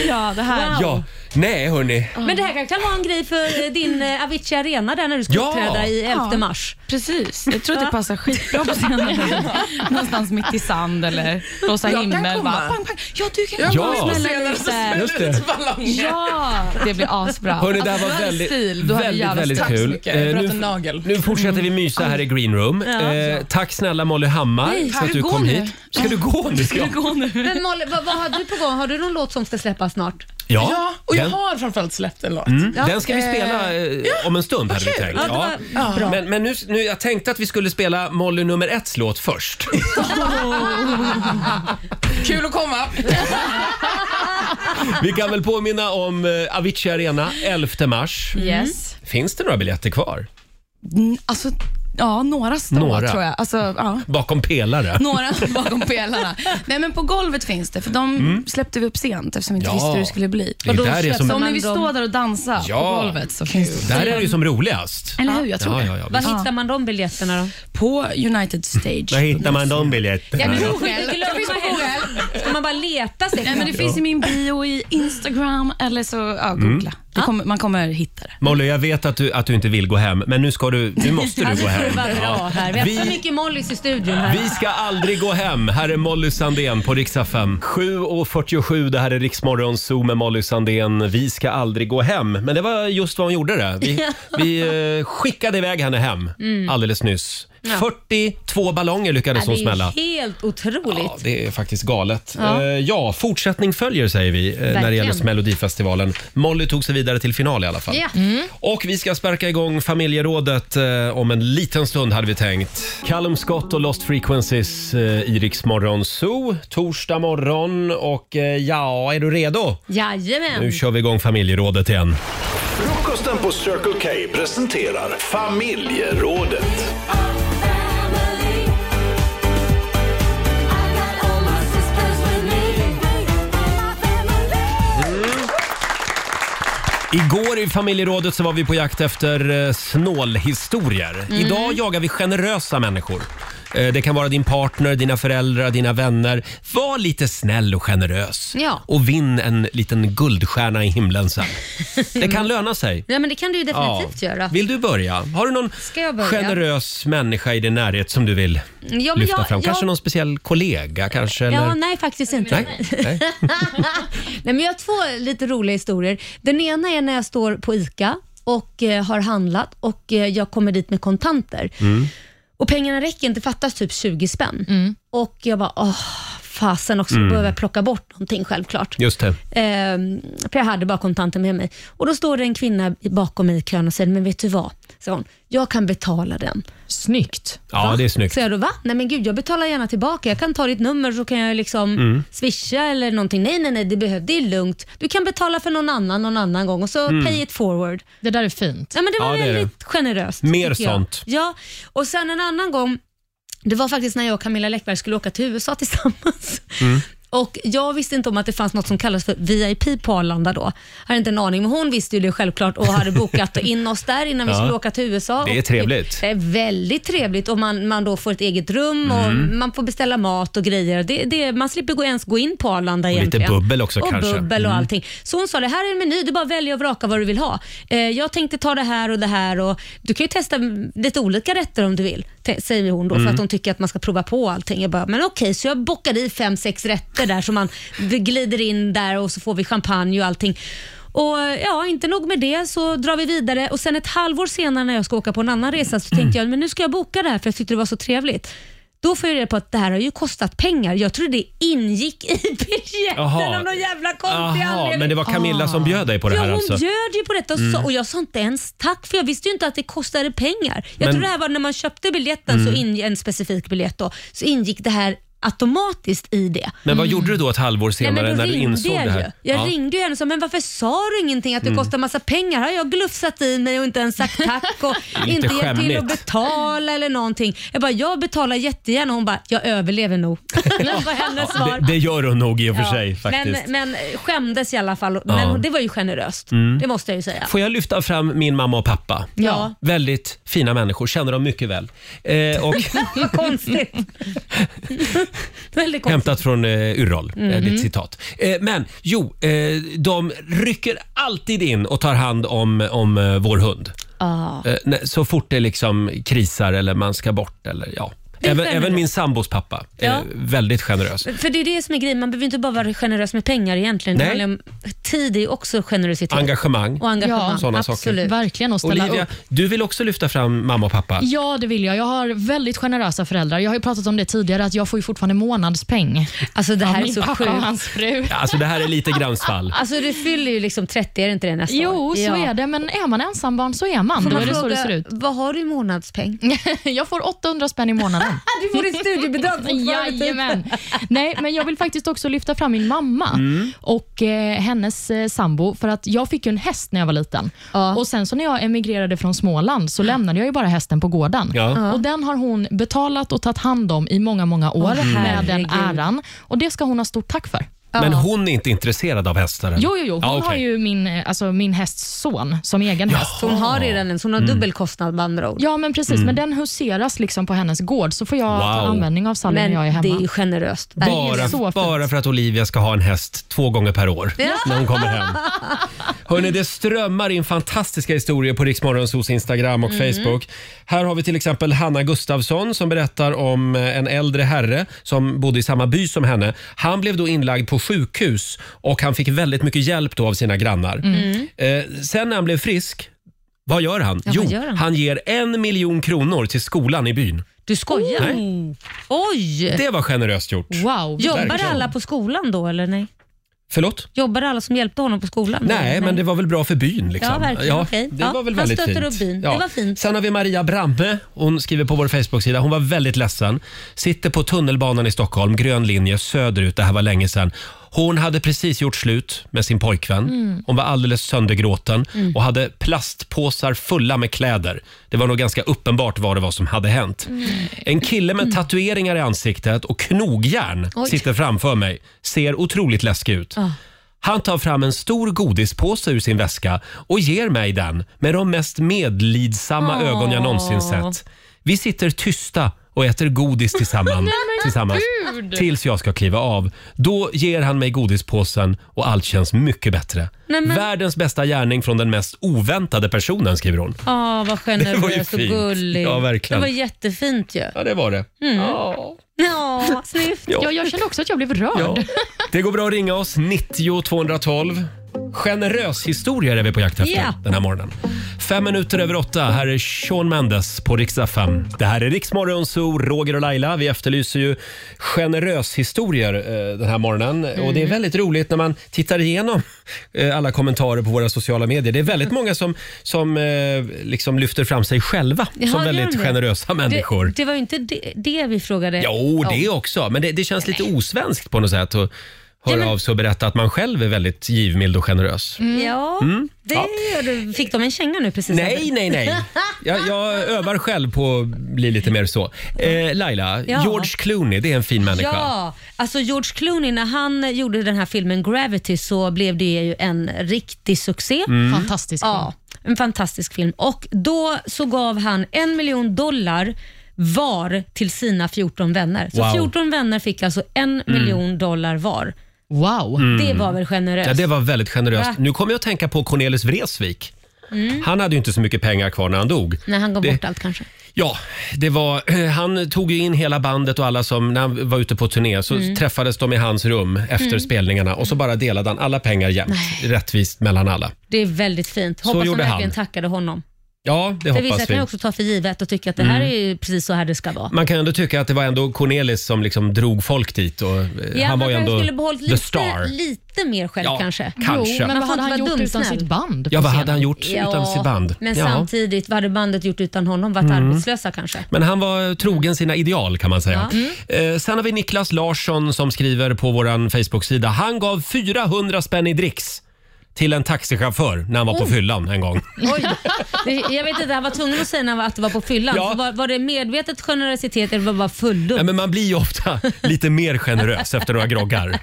J: ja, det här.
A: Ja. Nej, hörni.
C: Men det här kanske kan vara en grej för eh, din eh, Avicii Arena där när du ska
A: Ja.
C: uppträda i 11
J: Ja.
C: mars.
J: Precis. Jag tror att det passar skitbra på scenen. Någonstans mitt i sand eller rosa
K: Jag kan
J: himmel.
K: komma.
J: Bara, pang, pang. Ja, du kan
A: Ja.
J: komma och
K: Senare
J: smälla
K: så
J: lite.
K: smäller
A: Just
K: det
A: det.
K: ut ballonger.
J: Ja, det blir asbra.
A: Hörni, det här
J: Alltså,
A: var
J: du hade
A: väldigt,
J: stil. Du hade
A: väldigt,
J: jävla
A: väldigt
J: stil.
K: Tack så
A: kul.
K: mycket. Jag
A: Eh,
K: bröt
A: nu,
K: en nagel.
A: nu fortsätter vi mysa här i green room. Eh, tack snälla Molly Hammar
J: Nej,
A: för
J: ska
A: att
J: du
A: du
J: gå
A: kom
J: nu?
A: hit. Ska du gå nu? Ska
J: Du går nu.
C: Men Molly, vad, vad har du på gång? Har du någon låt som ska släppas snart?
A: Ja,
K: Ja, och jag
A: den-
K: har framförallt släppt en låt.
A: Mm, Den ska vi spela eh, om en stund hade vi tänkt.
C: Ja, det var bra.
A: Men, men nu, nu, jag tänkte att vi skulle spela Molly nummer ett låt först.
K: Kul att komma.
A: Vi kan väl påminna om eh, Avicii Arena 11 mars.
D: Mm.
J: Yes.
A: Finns det några biljetter kvar?
J: Mm, Alltså, ja, några står
A: Några.
J: tror jag. Alltså, ja.
A: Bakom pelare.
J: Några bakom pelarna. Nej, men på golvet finns det, för de släppte vi upp sent eftersom vi inte
A: Mm. Ja.
J: visste hur det skulle bli.
A: Det är där det är
J: Så om
A: som,
J: ni vill
C: Men de-
J: stå där och dansa
A: Ja.
J: på golvet så finns det.
A: där är det ju som roligast.
J: Eller hur? Jag tror
A: Ja,
J: det.
A: ja, ja,
C: Var
A: visst.
C: hittar man de biljetterna då?
J: På United Stage.
A: Där hittar man de biljetterna.
J: Ja.
C: Kunde
J: Google. Det
C: glömma
J: finns på
C: henne. Ska man bara leta sig
J: Nej, men det finns i min bio i Instagram eller så ja,
A: Mm.
J: googla. Det kommer, man kommer hitta det.
A: Molly, jag vet att du, att du inte vill gå hem, men nu, ska du, nu måste du gå hem.
C: Vad bra
A: Ja.
C: här. Vi har haft så
A: Vi,
C: mycket Mollys i studion här.
A: vi ska aldrig gå hem. Här är Molly Sandén på riksdag 5. 7.47, det här är Riksmorgon Zoo med Molly Sandén. Vi ska aldrig gå hem. Men det var just vad hon gjorde det. Vi, vi eh, skickade iväg henne hem alldeles nyss. 42 ballonger lyckades
C: Mm. Ja,
A: hon
C: det är
A: smälla.
C: helt otroligt.
A: Ja, det är faktiskt galet. Ja,
C: Ja.
A: ja fortsättning följer säger vi eh, när det
C: Verkligen.
A: gäller Melodifestivalen. Molly tog sig vidare till final i alla fall.
C: Ja.
A: Och vi ska sparka igång familjerådet eh, om en liten stund hade vi tänkt. Callum Scott och Lost Frequencies eh, i Rix Morgon Zoo. Torsdag morgon och eh, ja, är du redo? Nu
C: Jajamän.
A: kör vi igång familjerådet igen.
B: Frukosten på Circle K presenterar Familjerådet.
A: Igår i familjerådet så var
C: Mm.
A: vi på jakt efter eh, snålhistorier. Idag jagar vi generösa människor. Eh, Det kan vara din partner, dina föräldrar, dina vänner. Var lite snäll och generös.
C: Ja.
A: Och vinn en liten guldstjärna i himlen sen. Det kan löna sig.
C: Ja, men det kan du ju definitivt
A: Ja.
C: göra.
A: Vill du börja? Har du någon
C: Ska jag börja?
A: generös människa i din närhet som du vill
C: Ja, men
A: lyfta
C: jag-
A: fram?
C: jag-
A: Kanske någon speciell kollega kanske? eller?
C: Ja, nej faktiskt inte.
A: Nej, nej.
C: Nej, men jag har två lite roliga historier. Den ena är när jag står på ICA och eh, har handlat och eh, jag kommer dit med kontanter. Och pengarna räcker inte, fattas typ 20 spänn. Och jag bara, åh, fasen också, mm. behöver jag plocka bort någonting självklart.
A: Just det.
C: Ehm, för jag hade bara kontanter med mig. Och Då står det en kvinna i- bakom mig i kön och säger, men vet du vad? Så hon, jag kan betala den.
D: Snyggt.
A: Ja, det är snyggt.
C: Så jag då, va? Nej men gud, jag betalar gärna tillbaka. Jag kan ta ditt nummer så kan jag liksom swisha eller någonting. Nej, nej, nej, det, behöv, det är lugnt. Du kan betala för någon annan någon annan gång och så pay it forward.
D: Det där är fint.
C: Ja, men det var
A: Ja, det är
C: väldigt generöst.
A: Mer
C: tycker jag.
A: sånt.
C: Ja, och sen en annan gång, det var faktiskt när jag och Camilla Läckberg skulle åka till USA tillsammans.
A: Mm.
C: Och Jag visste inte om att det fanns något som kallas för VIP på Arlanda då. Jag hade inte en aning, men hon visste ju det självklart och hade bokat in oss där innan vi
A: Ja.
C: skulle åka till USA.
A: Det är
C: Och
A: trevligt.
C: Det är väldigt trevligt och man, man då får ett eget
A: Mm.
C: rum och man får beställa mat och grejer. Det, det, man slipper gå, ens gå in på Arlanda
A: lite
C: egentligen.
A: bubbel också
C: och
A: kanske.
C: Bubbel och allting. Så hon sa det här är en meny, du bara väljer och vrakar vad du vill ha. Eh, jag tänkte ta det här och det här och du kan ju testa lite olika rätter om du vill, te- säger hon då för att hon tycker att man ska prova på allting. Jag bara, men okej, så jag bockade i fem, sex rätter där så man vi glider in där och så får vi champagne och allting. Och ja, inte nog med det så drar vi vidare och sen ett halvår senare när jag ska åka på en annan resa så tänkte jag, men nu ska jag boka det här för jag tyckte det var så trevligt. Då får jag reda på att det här har ju kostat pengar. Jag trodde det ingick i biljetten
A: Jaha.
C: av någon jävla konstig
A: Jaha,
C: anledning.
A: men det var Camilla som bjöd dig på det
C: Ja,
A: här
C: hon
A: alltså? Mm.
C: bjöd ju på detta och, sa, och jag sa inte ens tack för jag visste ju inte att det kostade pengar. Jag
A: Men- Mm.
C: tror det här var när man köpte biljetten, så in, en specifik biljett då, så ingick det här automatiskt i det.
A: Men vad gjorde du då ett halvår
C: Mm. Nej,
A: senare
C: men då
A: när du
C: ringde
A: insåg
C: jag
A: det här? Mm.
C: Ju. Jag ringde ju henne och sa, men varför sa du ingenting att det kostar massa pengar? Har jag glufsat i mig och inte ens sagt tack och inte hjälpt till att
A: skämmigt.
C: betala eller någonting. Jag bara, jag betalar jättegärna och hon bara, jag överlever nog. det var hennes svar.
A: Det, det gör hon nog i och för
C: Ja,
A: sig faktiskt.
C: men, men eh, skämdes i alla fall. Men
A: Ja. Mm.
C: det var ju generöst, det måste jag ju säga.
A: Får jag lyfta fram min mamma och pappa?
C: Ja.
A: Väldigt fina människor, känner dem mycket väl. Eh, och
C: Vad konstigt. Väldigt konstigt.
A: hämtat från eh, Urroll, eh,
C: Mm.
A: ditt citat. Eh, men jo, eh, de rycker alltid in och tar hand om, om eh, vår hund.
C: Ah.
A: Eh, när- så fort det liksom krisar eller man ska bort. Eller, ja.
C: är
A: Även,
C: generöst.
A: även min sambos pappa är
C: Ja.
A: väldigt generös.
C: För det är det som är grejen, man behöver inte bara vara generös med pengar egentligen. Det
A: Nej.
C: handlar om tid är ju också generositet.
A: Engagemang.
C: och engagemang.
D: Ja,
A: sådana saker.
C: Absolut.
D: Verkligen att ställa
A: Olivia,
D: upp.
A: du vill också lyfta fram mamma och pappa.
D: Ja, det vill jag. Jag har väldigt generösa föräldrar. Jag har ju pratat om det tidigare, att jag får ju fortfarande månadspeng.
C: Alltså det här är
D: Min
C: så
D: pappa och
C: sjukt.
D: hans fru.
A: Alltså det här är lite gränsfall.
C: Alltså du fyller ju liksom 30, är det inte det nästa
D: Jo,
C: år?
D: så är det, men är man ensambarn så är man. Då är det så det ser ut.
C: Vad har du i månadspeng?
D: Jag får 800 spänn i månaden.
C: Du får ditt studiebidrag fortfarande. typ.
D: Jajamän. Nej, men jag vill faktiskt också lyfta fram min mamma
A: Mm.
D: och eh, hennes eh, sambo. För att Jag fick ju en häst när jag var liten.
C: Ja.
D: Och Sen så när jag emigrerade från Småland så lämnade jag ju bara hästen på gården.
A: Ja.
D: Och Den har hon betalat och tagit hand om i många, många år med den
C: herregud.
D: äran. Och Det ska hon ha stort tack för.
A: Men hon är inte intresserad av hästar? eller?
D: Jo, jo, jo. Hon
A: Ja, okej.
D: har ju min, eh, alltså, min hästs son som egen häst.
C: Så hon har redan en, så hon har
A: Mm.
C: dubbel kostnad med andra ord.
D: Ja, men precis. Men den huseras liksom på hennes gård, så får jag ta
A: Wow.
D: användning av stallen
C: Men
D: när jag är
C: det
D: hemma.
C: är ju generöst.
D: Det är så
A: Bara,
D: fint.
A: bara för att Olivia ska ha en häst två gånger per år när hon kommer hem. Hörrni, det strömmar in fantastiska historier på Riksmorgonsos Instagram och
D: Mm.
A: Facebook. Här har vi till exempel Hanna Gustafsson som berättar om eh, en äldre herre som bodde i samma by som henne. Han blev då inlagd på sjukhus och han fick väldigt mycket hjälp då av sina grannar.
D: Mm.
A: Eh, sen när han blev frisk vad gör han?
C: vad
A: jo,
C: gör han?
A: han? ger en miljon kronor till skolan i byn.
C: Du skojar? Oj!
A: Det var generöst gjort.
D: Wow,
C: Jobbar
A: verkligen.
C: alla på skolan då eller nej?
A: Förlåt?
C: Jobbar alla som hjälpte honom på skolan?
A: Nej, men det var väl bra för byn. Liksom.
C: Ja, verkligen. Okej.
A: Det
C: Ja,
A: var väl
C: han
A: väldigt
C: stöttar
A: fint.
C: upp byn. Det var fint.
A: Sen har vi Maria Bramme. Hon skriver på vår Facebook-sida. Hon var väldigt ledsen. Sitter på tunnelbanan i Stockholm, grön linje söderut. Det här var länge sedan. Hon hade precis gjort slut med sin pojkvän.
C: Mm.
A: Hon var alldeles söndergråten och hade plastpåsar fulla med kläder. Det var nog ganska uppenbart vad det var som hade hänt. En kille med tatueringar i ansiktet och knogjärn
C: Mm. Oj. Ah.
A: sitter framför mig. Ser otroligt läskig ut. Han tar fram en stor godispåse ur sin väska och ger mig den med de mest medlidsamma ögon jag någonsin sett. Vi sitter tysta och äter godis tillsammans.
B: Nej, men
A: tillsammans
B: gud!
A: tills jag ska kliva av. Då ger han mig godispåsen och allt känns mycket bättre.
C: Nej, men-
A: Världens bästa gärning från den mest oväntade personen, skriver hon.
C: Ja, vad
A: Det var ju
C: generös och
A: fint.
C: gullig.
A: Ja, verkligen.
C: Det var jättefint ju.
A: Ja, det var det.
C: Mm.
A: Ja.
C: Ja, snyggt.
A: Ja. Ja,
D: jag kände också att jag blev rörd.
A: Ja. Det går bra att ringa oss, 90 212. Generös historier är vi på jakt efter
C: Ja.
A: den här morgonen. Fem minuter över åtta, här är Sean Mendes på riksdag 5. Det här är Riksmorgon Zoo, Roger och Laila. Vi efterlyser ju generös historier eh, den här morgonen. Och det
C: Mm.
A: är väldigt roligt när man tittar igenom eh, alla kommentarer på våra sociala medier. Det är väldigt många som, som eh, liksom lyfter fram sig själva
C: Jaha,
A: som
C: gör
A: väldigt
C: de det?
A: generösa människor.
C: Det, det var ju inte det, det vi frågade.
A: Jo, det
C: Eh, Ja.
A: också. Men det, det känns lite osvenskt på något sätt att höra av sig och berätta att man själv är väldigt givmild och generös.
C: Mm. Ja,
A: Mm,
C: det
A: ja.
C: gör du. Fick de en känga nu precis?
A: Nej, nej, nej. Jag, jag övar själv på att bli lite mer så. Eh, Laila,
C: Ja.
A: George Clooney, det är en fin människa.
C: Ja, alltså George Clooney när han gjorde den här filmen Gravity så blev det ju en riktig succé.
D: Mm. Fantastisk film.
C: Ja, en fantastisk film. Och då så gav han en miljon dollar var till sina 14 vänner. Så
A: Wow. Mm.
C: 14 vänner fick alltså en miljon dollar var.
D: Wow.
C: Det var väl generöst?
A: Ja, det var väldigt generöst.
C: Va?
A: Nu kommer jag att tänka på Cornelis Vreeswijk.
C: Mm.
A: Han hade ju inte så mycket pengar kvar när han dog.
C: När han gav
A: Det-
C: bort allt kanske.
A: Ja, det var, eh, han tog ju in hela bandet och alla som, när han var ute på turné, så
C: Mm.
A: träffades de i hans rum efter
C: Mm.
A: spelningarna och så bara delade han alla pengar jämnt, rättvist mellan alla.
C: Det är väldigt fint.
A: Så
C: Hoppas de
A: gjorde han.
C: verkligen tackade honom.
A: Ja, det
C: för vissa
A: hoppas
C: kan ju
A: vi.
C: också ta för givet och tycka att det
A: Mm.
C: här är ju precis så här det ska vara.
A: Man kan ändå tycka att det var ändå Cornelis som liksom drog folk dit och eh,
C: Ja,
A: han var
C: man
A: ju
C: kanske
A: ändå
C: skulle behållit
A: the
C: lite,
A: star.
C: lite mer själv
A: Ja,
C: kanske.
A: kanske. Jo, men vad
C: Man får
A: hade
C: inte
D: han
C: vara
D: gjort utan
C: dumsnäll.
D: sitt band
A: Ja, vad hade han gjort utan sitt band?
C: Men
A: Ja.
C: samtidigt, vad hade bandet gjort utan honom? Varit
A: Mm.
C: arbetslösa kanske?
A: Men han var trogen sina ideal kan man säga.
C: Ja. Mm.
A: Eh, sen har vi Niklas Larsson som skriver på vår Facebook-sida. Han gav 400 spänn i dricks till en taxichaufför när han var på
C: Oj.
A: fyllan en gång.
C: Oj, det, jag vet inte, han var tvungen att säga när han var- att det var på fyllan.
A: Ja.
C: Så Var, var det medvetet generositet eller var det bara fulldum?
A: Ja, men man blir ju ofta lite mer generös efter några groggar.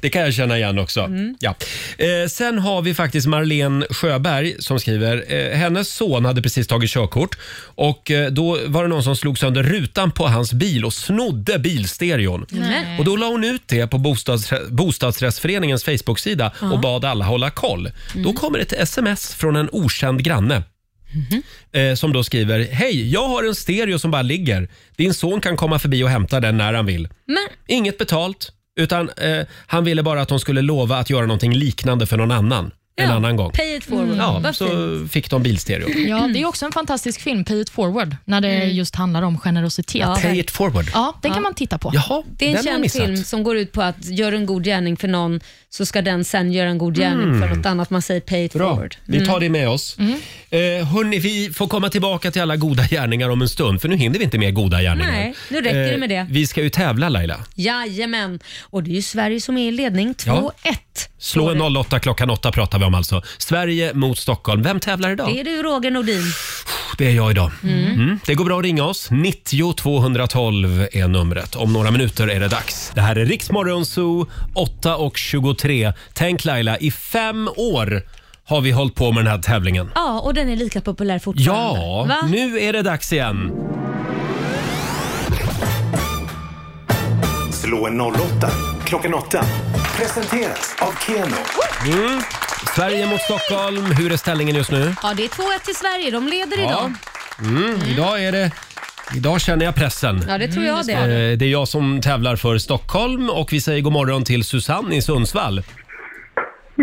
A: Det kan jag känna igen också. Ja. Eh, sen har vi faktiskt Marlene Sjöberg som skriver. Eh, hennes son hade precis tagit körkort och eh, då var det någon som slog sönder rutan på hans bil och snodde bilstereon.
B: Nej.
A: Och då la hon ut det på bostads, bostadsrättsföreningens Facebook-sida
B: Ja.
A: och bad alla hålla koll.
C: Mm.
A: Då kommer ett sms från en okänd granne.
C: Mhm.
A: Eh, som då skriver Hej, jag har en stereo som bara ligger. Din son kan komma förbi och hämta den när han vill.
C: Men
A: Inget betalt, utan eh, han ville bara att de skulle lova att göra någonting liknande för någon annan. en annan gång.
C: pay it forward.
A: Mm. Ja,
C: Vad
A: så
C: fint.
A: fick de bilstereo.
D: Ja, det är också en fantastisk film, Pay it forward, när det just handlar om generositet. Mm. Ja,
A: Pay it forward.
D: den kan man titta på.
A: Jaha,
C: Det är en känd film som går ut på att gör en god gärning för någon så ska den sen göra en god gärning
A: Mm.
C: för något annat. Man säger pay it forward.
A: Vi tar
C: Mm.
A: det med oss. Eh, hörni, vi får komma tillbaka till alla goda gärningar om en stund, för nu hinner vi inte med goda gärningar.
C: Nej, nu räcker det
A: Eh,
C: med det.
A: Vi ska ju tävla Laila.
C: Jajamän. Och det är ju Sverige som är i ledning. 2-1.
A: Slå en 08 klockan 8 pratar vi om alltså. Sverige mot Stockholm. Vem tävlar idag?
C: Det är du Roger Nordin.
A: Det är jag idag. Mm.
C: Mm.
A: Det går bra att ringa oss. 90 212 är numret. Om några minuter är det dags. Det här är Riksmorgon Zoo 8.23. Tänk Laila, i fem år har vi hållit på med den här tävlingen.
C: Ja, och den är lika populär fortfarande.
A: Ja,
C: Va?
A: nu är det dags igen.
B: Slå en 08 klockan 8. Presenteras av Keno.
A: Mm. Sverige mot Stockholm. Hur är ställningen just nu?
C: Ja, det är 2-1 till Sverige. De leder idag.
A: Mm. Idag är det... Idag känner jag pressen.
C: Ja, det tror jag det.
A: Eh, Det är jag som tävlar för Stockholm och vi säger god morgon till Susanne i Sundsvall.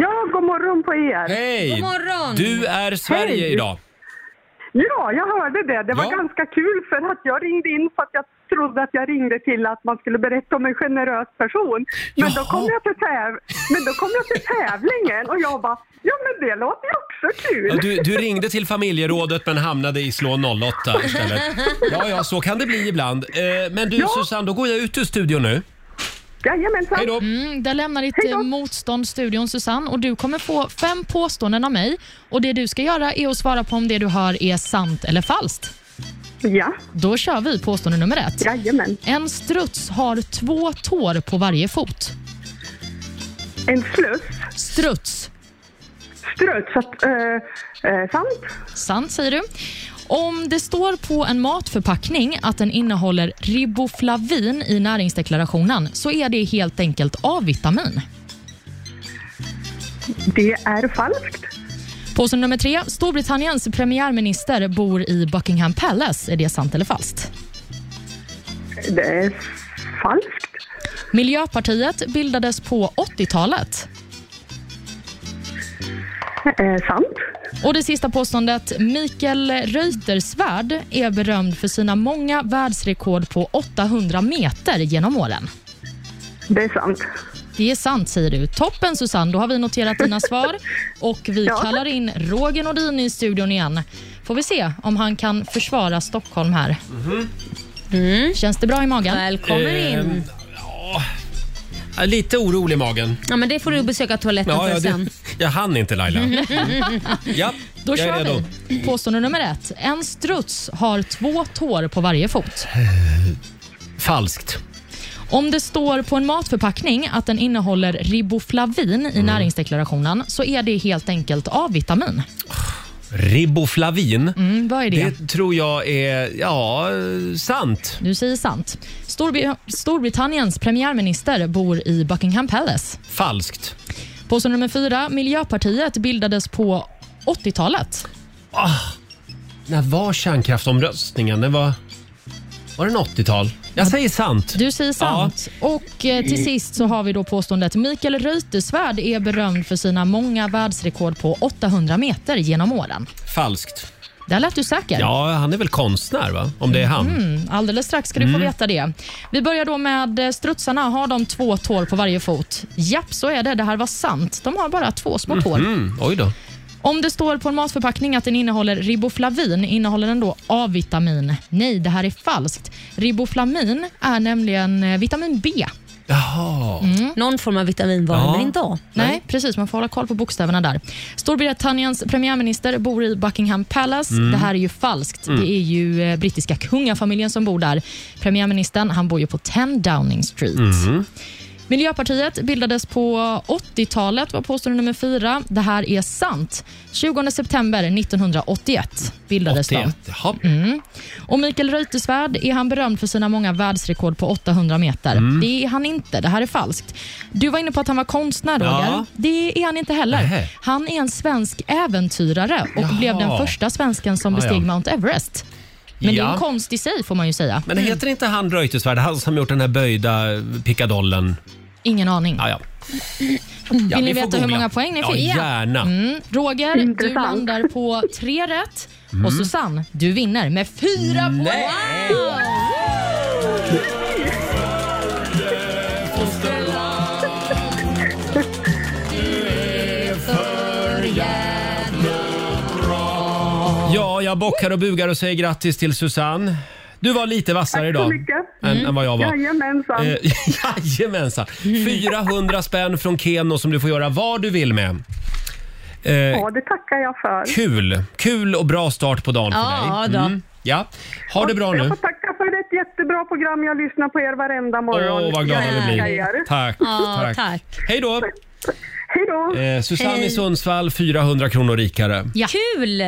F: Ja, god morgon på er.
A: Hej! Du är Sverige
F: Hej.
A: idag.
F: Ja, jag hörde det. Det var
A: Ja.
F: ganska kul för att jag ringde in för att jag trodde att jag ringde till att man skulle berätta om en generös person. Men, då kom, jag till täv- men då kom jag till tävlingen och jag bara, ja men det låter ju också kul.
A: Ja, du, du ringde till familjerådet men hamnade i slå 08 istället. Ja, ja, så kan det bli ibland. Eh, Men du
D: Ja.
A: Susanne, då går jag ut ur studion nu.
F: Jajamensan.
A: Hej då.
D: Mm, där lämnar ditt eh, motstånd studion, Susanne. Och du kommer få fem påståenden av mig. Och Det du ska göra är att svara på om det du hör är sant eller falskt.
F: Ja.
D: Då kör vi påstående nummer ett.
F: Jajamän.
D: En struts har två tår på varje fot.
F: En sluss.
D: Struts.
F: Struts. Att, eh, eh, sant.
D: Sant, säger du. Om det står på en matförpackning att den innehåller riboflavin i näringsdeklarationen så är det helt enkelt A-vitamin.
F: Det är falskt.
D: Påse nummer tre. Storbritanniens premiärminister bor i Buckingham Palace. Är det sant eller falskt?
F: Det är falskt.
D: Miljöpartiet bildades på 80-talet.
F: Eh, sant.
D: Och det sista påståendet. Mikael Reuterswärd är berömd för sina många världsrekord på 800 meter genom åren.
F: Det är sant.
D: Det är sant, säger du. Toppen, Susanne. Då har vi noterat dina svar. Och Vi
F: Ja.
D: kallar in Roger Nordin i studion igen. Får vi se om han kan försvara Stockholm här. Känns det bra i magen?
C: Välkommen in.
A: Ehm, Jag är lite orolig i magen.
C: Ja, men det får du besöka toaletten för
A: ja, det-
C: sen.
A: jag hann inte Laila. Mm. ja,
D: Då
A: jag är
D: kör
A: redo.
D: vi. Påstående nummer ett. En struts har två tår på varje fot.
A: Falskt.
D: Om det står på en matförpackning att den innehåller riboflavin i
A: Mm.
D: näringsdeklarationen så är det helt enkelt A-vitamin.
A: Riboflavin.
D: Mm, vad är det?
A: Det tror jag är, ja, sant.
D: Du säger sant. Storbi- Storbritanniens premiärminister bor i Buckingham Palace.
A: Falskt.
D: Påstående nummer fyra. Miljöpartiet bildades på 80-talet.
A: När var kärnkraftsomröstningen? Den var... Var den 80-tal? Jag säger sant.
D: Du säger sant. Och eh, till sist så har vi då påståendet Mikael Reuterswärd är berömd för sina många världsrekord på 800 meter genom åren.
A: Falskt.
D: Där lät du säker.
A: Ja, han är väl konstnär, va? Om det är han.
D: Mm, Alldeles strax ska du få veta det. Vi börjar då med eh, strutsarna. Har de två tår på varje fot? Japp, så är det. Det här var sant. De har bara två små tår.
A: Mm, oj då.
D: Om det står på en matförpackning att den innehåller riboflavin, innehåller den då A-vitamin? Nej, det här är falskt. Riboflamin är nämligen eh, vitamin B.
A: Jaha.
D: Mm.
C: Någon form av vitaminvara,
A: Ja.
C: men inte A.
D: Nej, precis. Man får hålla koll på bokstäverna där. Storbritanniens premiärminister bor i Buckingham Palace. Det här är ju falskt. Det är ju eh, brittiska kungafamiljen som bor där. Premiärministern han bor ju på 10 Downing Street. Miljöpartiet bildades på 80-talet, var påstående nummer fyra. Det här är sant. 20 september 1981 bildades de.
A: 81. Jaha.
D: Och Mikael Reuterswärd, är han berömd för sina många världsrekord på 800 meter?
A: Mm.
D: Det är han inte. Det här är falskt. Du var inne på att han var konstnär, Roger.
A: Ja.
D: Det är han inte heller.
A: Nähä.
D: Han är en svensk äventyrare och
A: Jaha.
D: blev den första svensken som
A: Ja, ja.
D: besteg Mount Everest. Men det är
A: Ja.
D: en konst i sig, får man ju säga.
A: Men heter inte han Reuterswärd, han som gjort den här böjda pickadollen?
D: Ingen aning.
A: Ja, ja. ja
D: Mm. Vill ni
A: vi får
D: veta hur
A: googla.
D: många poäng ni
A: ja,
D: fick?
A: Gärna.
D: Mm. Roger, du
F: Intressant.
D: landar på tre rätt.
A: Mm.
D: Och Susanne, du vinner med fyra poäng.
A: Ja, jag bockar och bugar och säger grattis till Susanne. Du var lite vassare
F: så
A: idag
F: mycket.
A: än, än vad jag var.
F: Jajamensan.
A: Eh, Jajamensan. 400 spänn från Keno som du får göra vad du vill med. Eh,
F: Ja, det tackar jag för.
A: kul! Kul och bra start på dagen för
C: Ja,
A: dig. Mm.
C: då.
A: Ja, ha det bra
F: Jag
A: nu.
F: får tacka för ett jättebra program. Jag lyssnar på er varenda
A: Åh,
F: morgon.
A: vad glada vi
F: Jag
A: blir.
F: älskar er.
A: Tack.
C: Ja, tack.
A: Hej då!
F: Hej då.
A: Eh, Susanne
C: Hej.
A: i Sundsvall, 400 kronor rikare.
D: Ja.
C: Kul!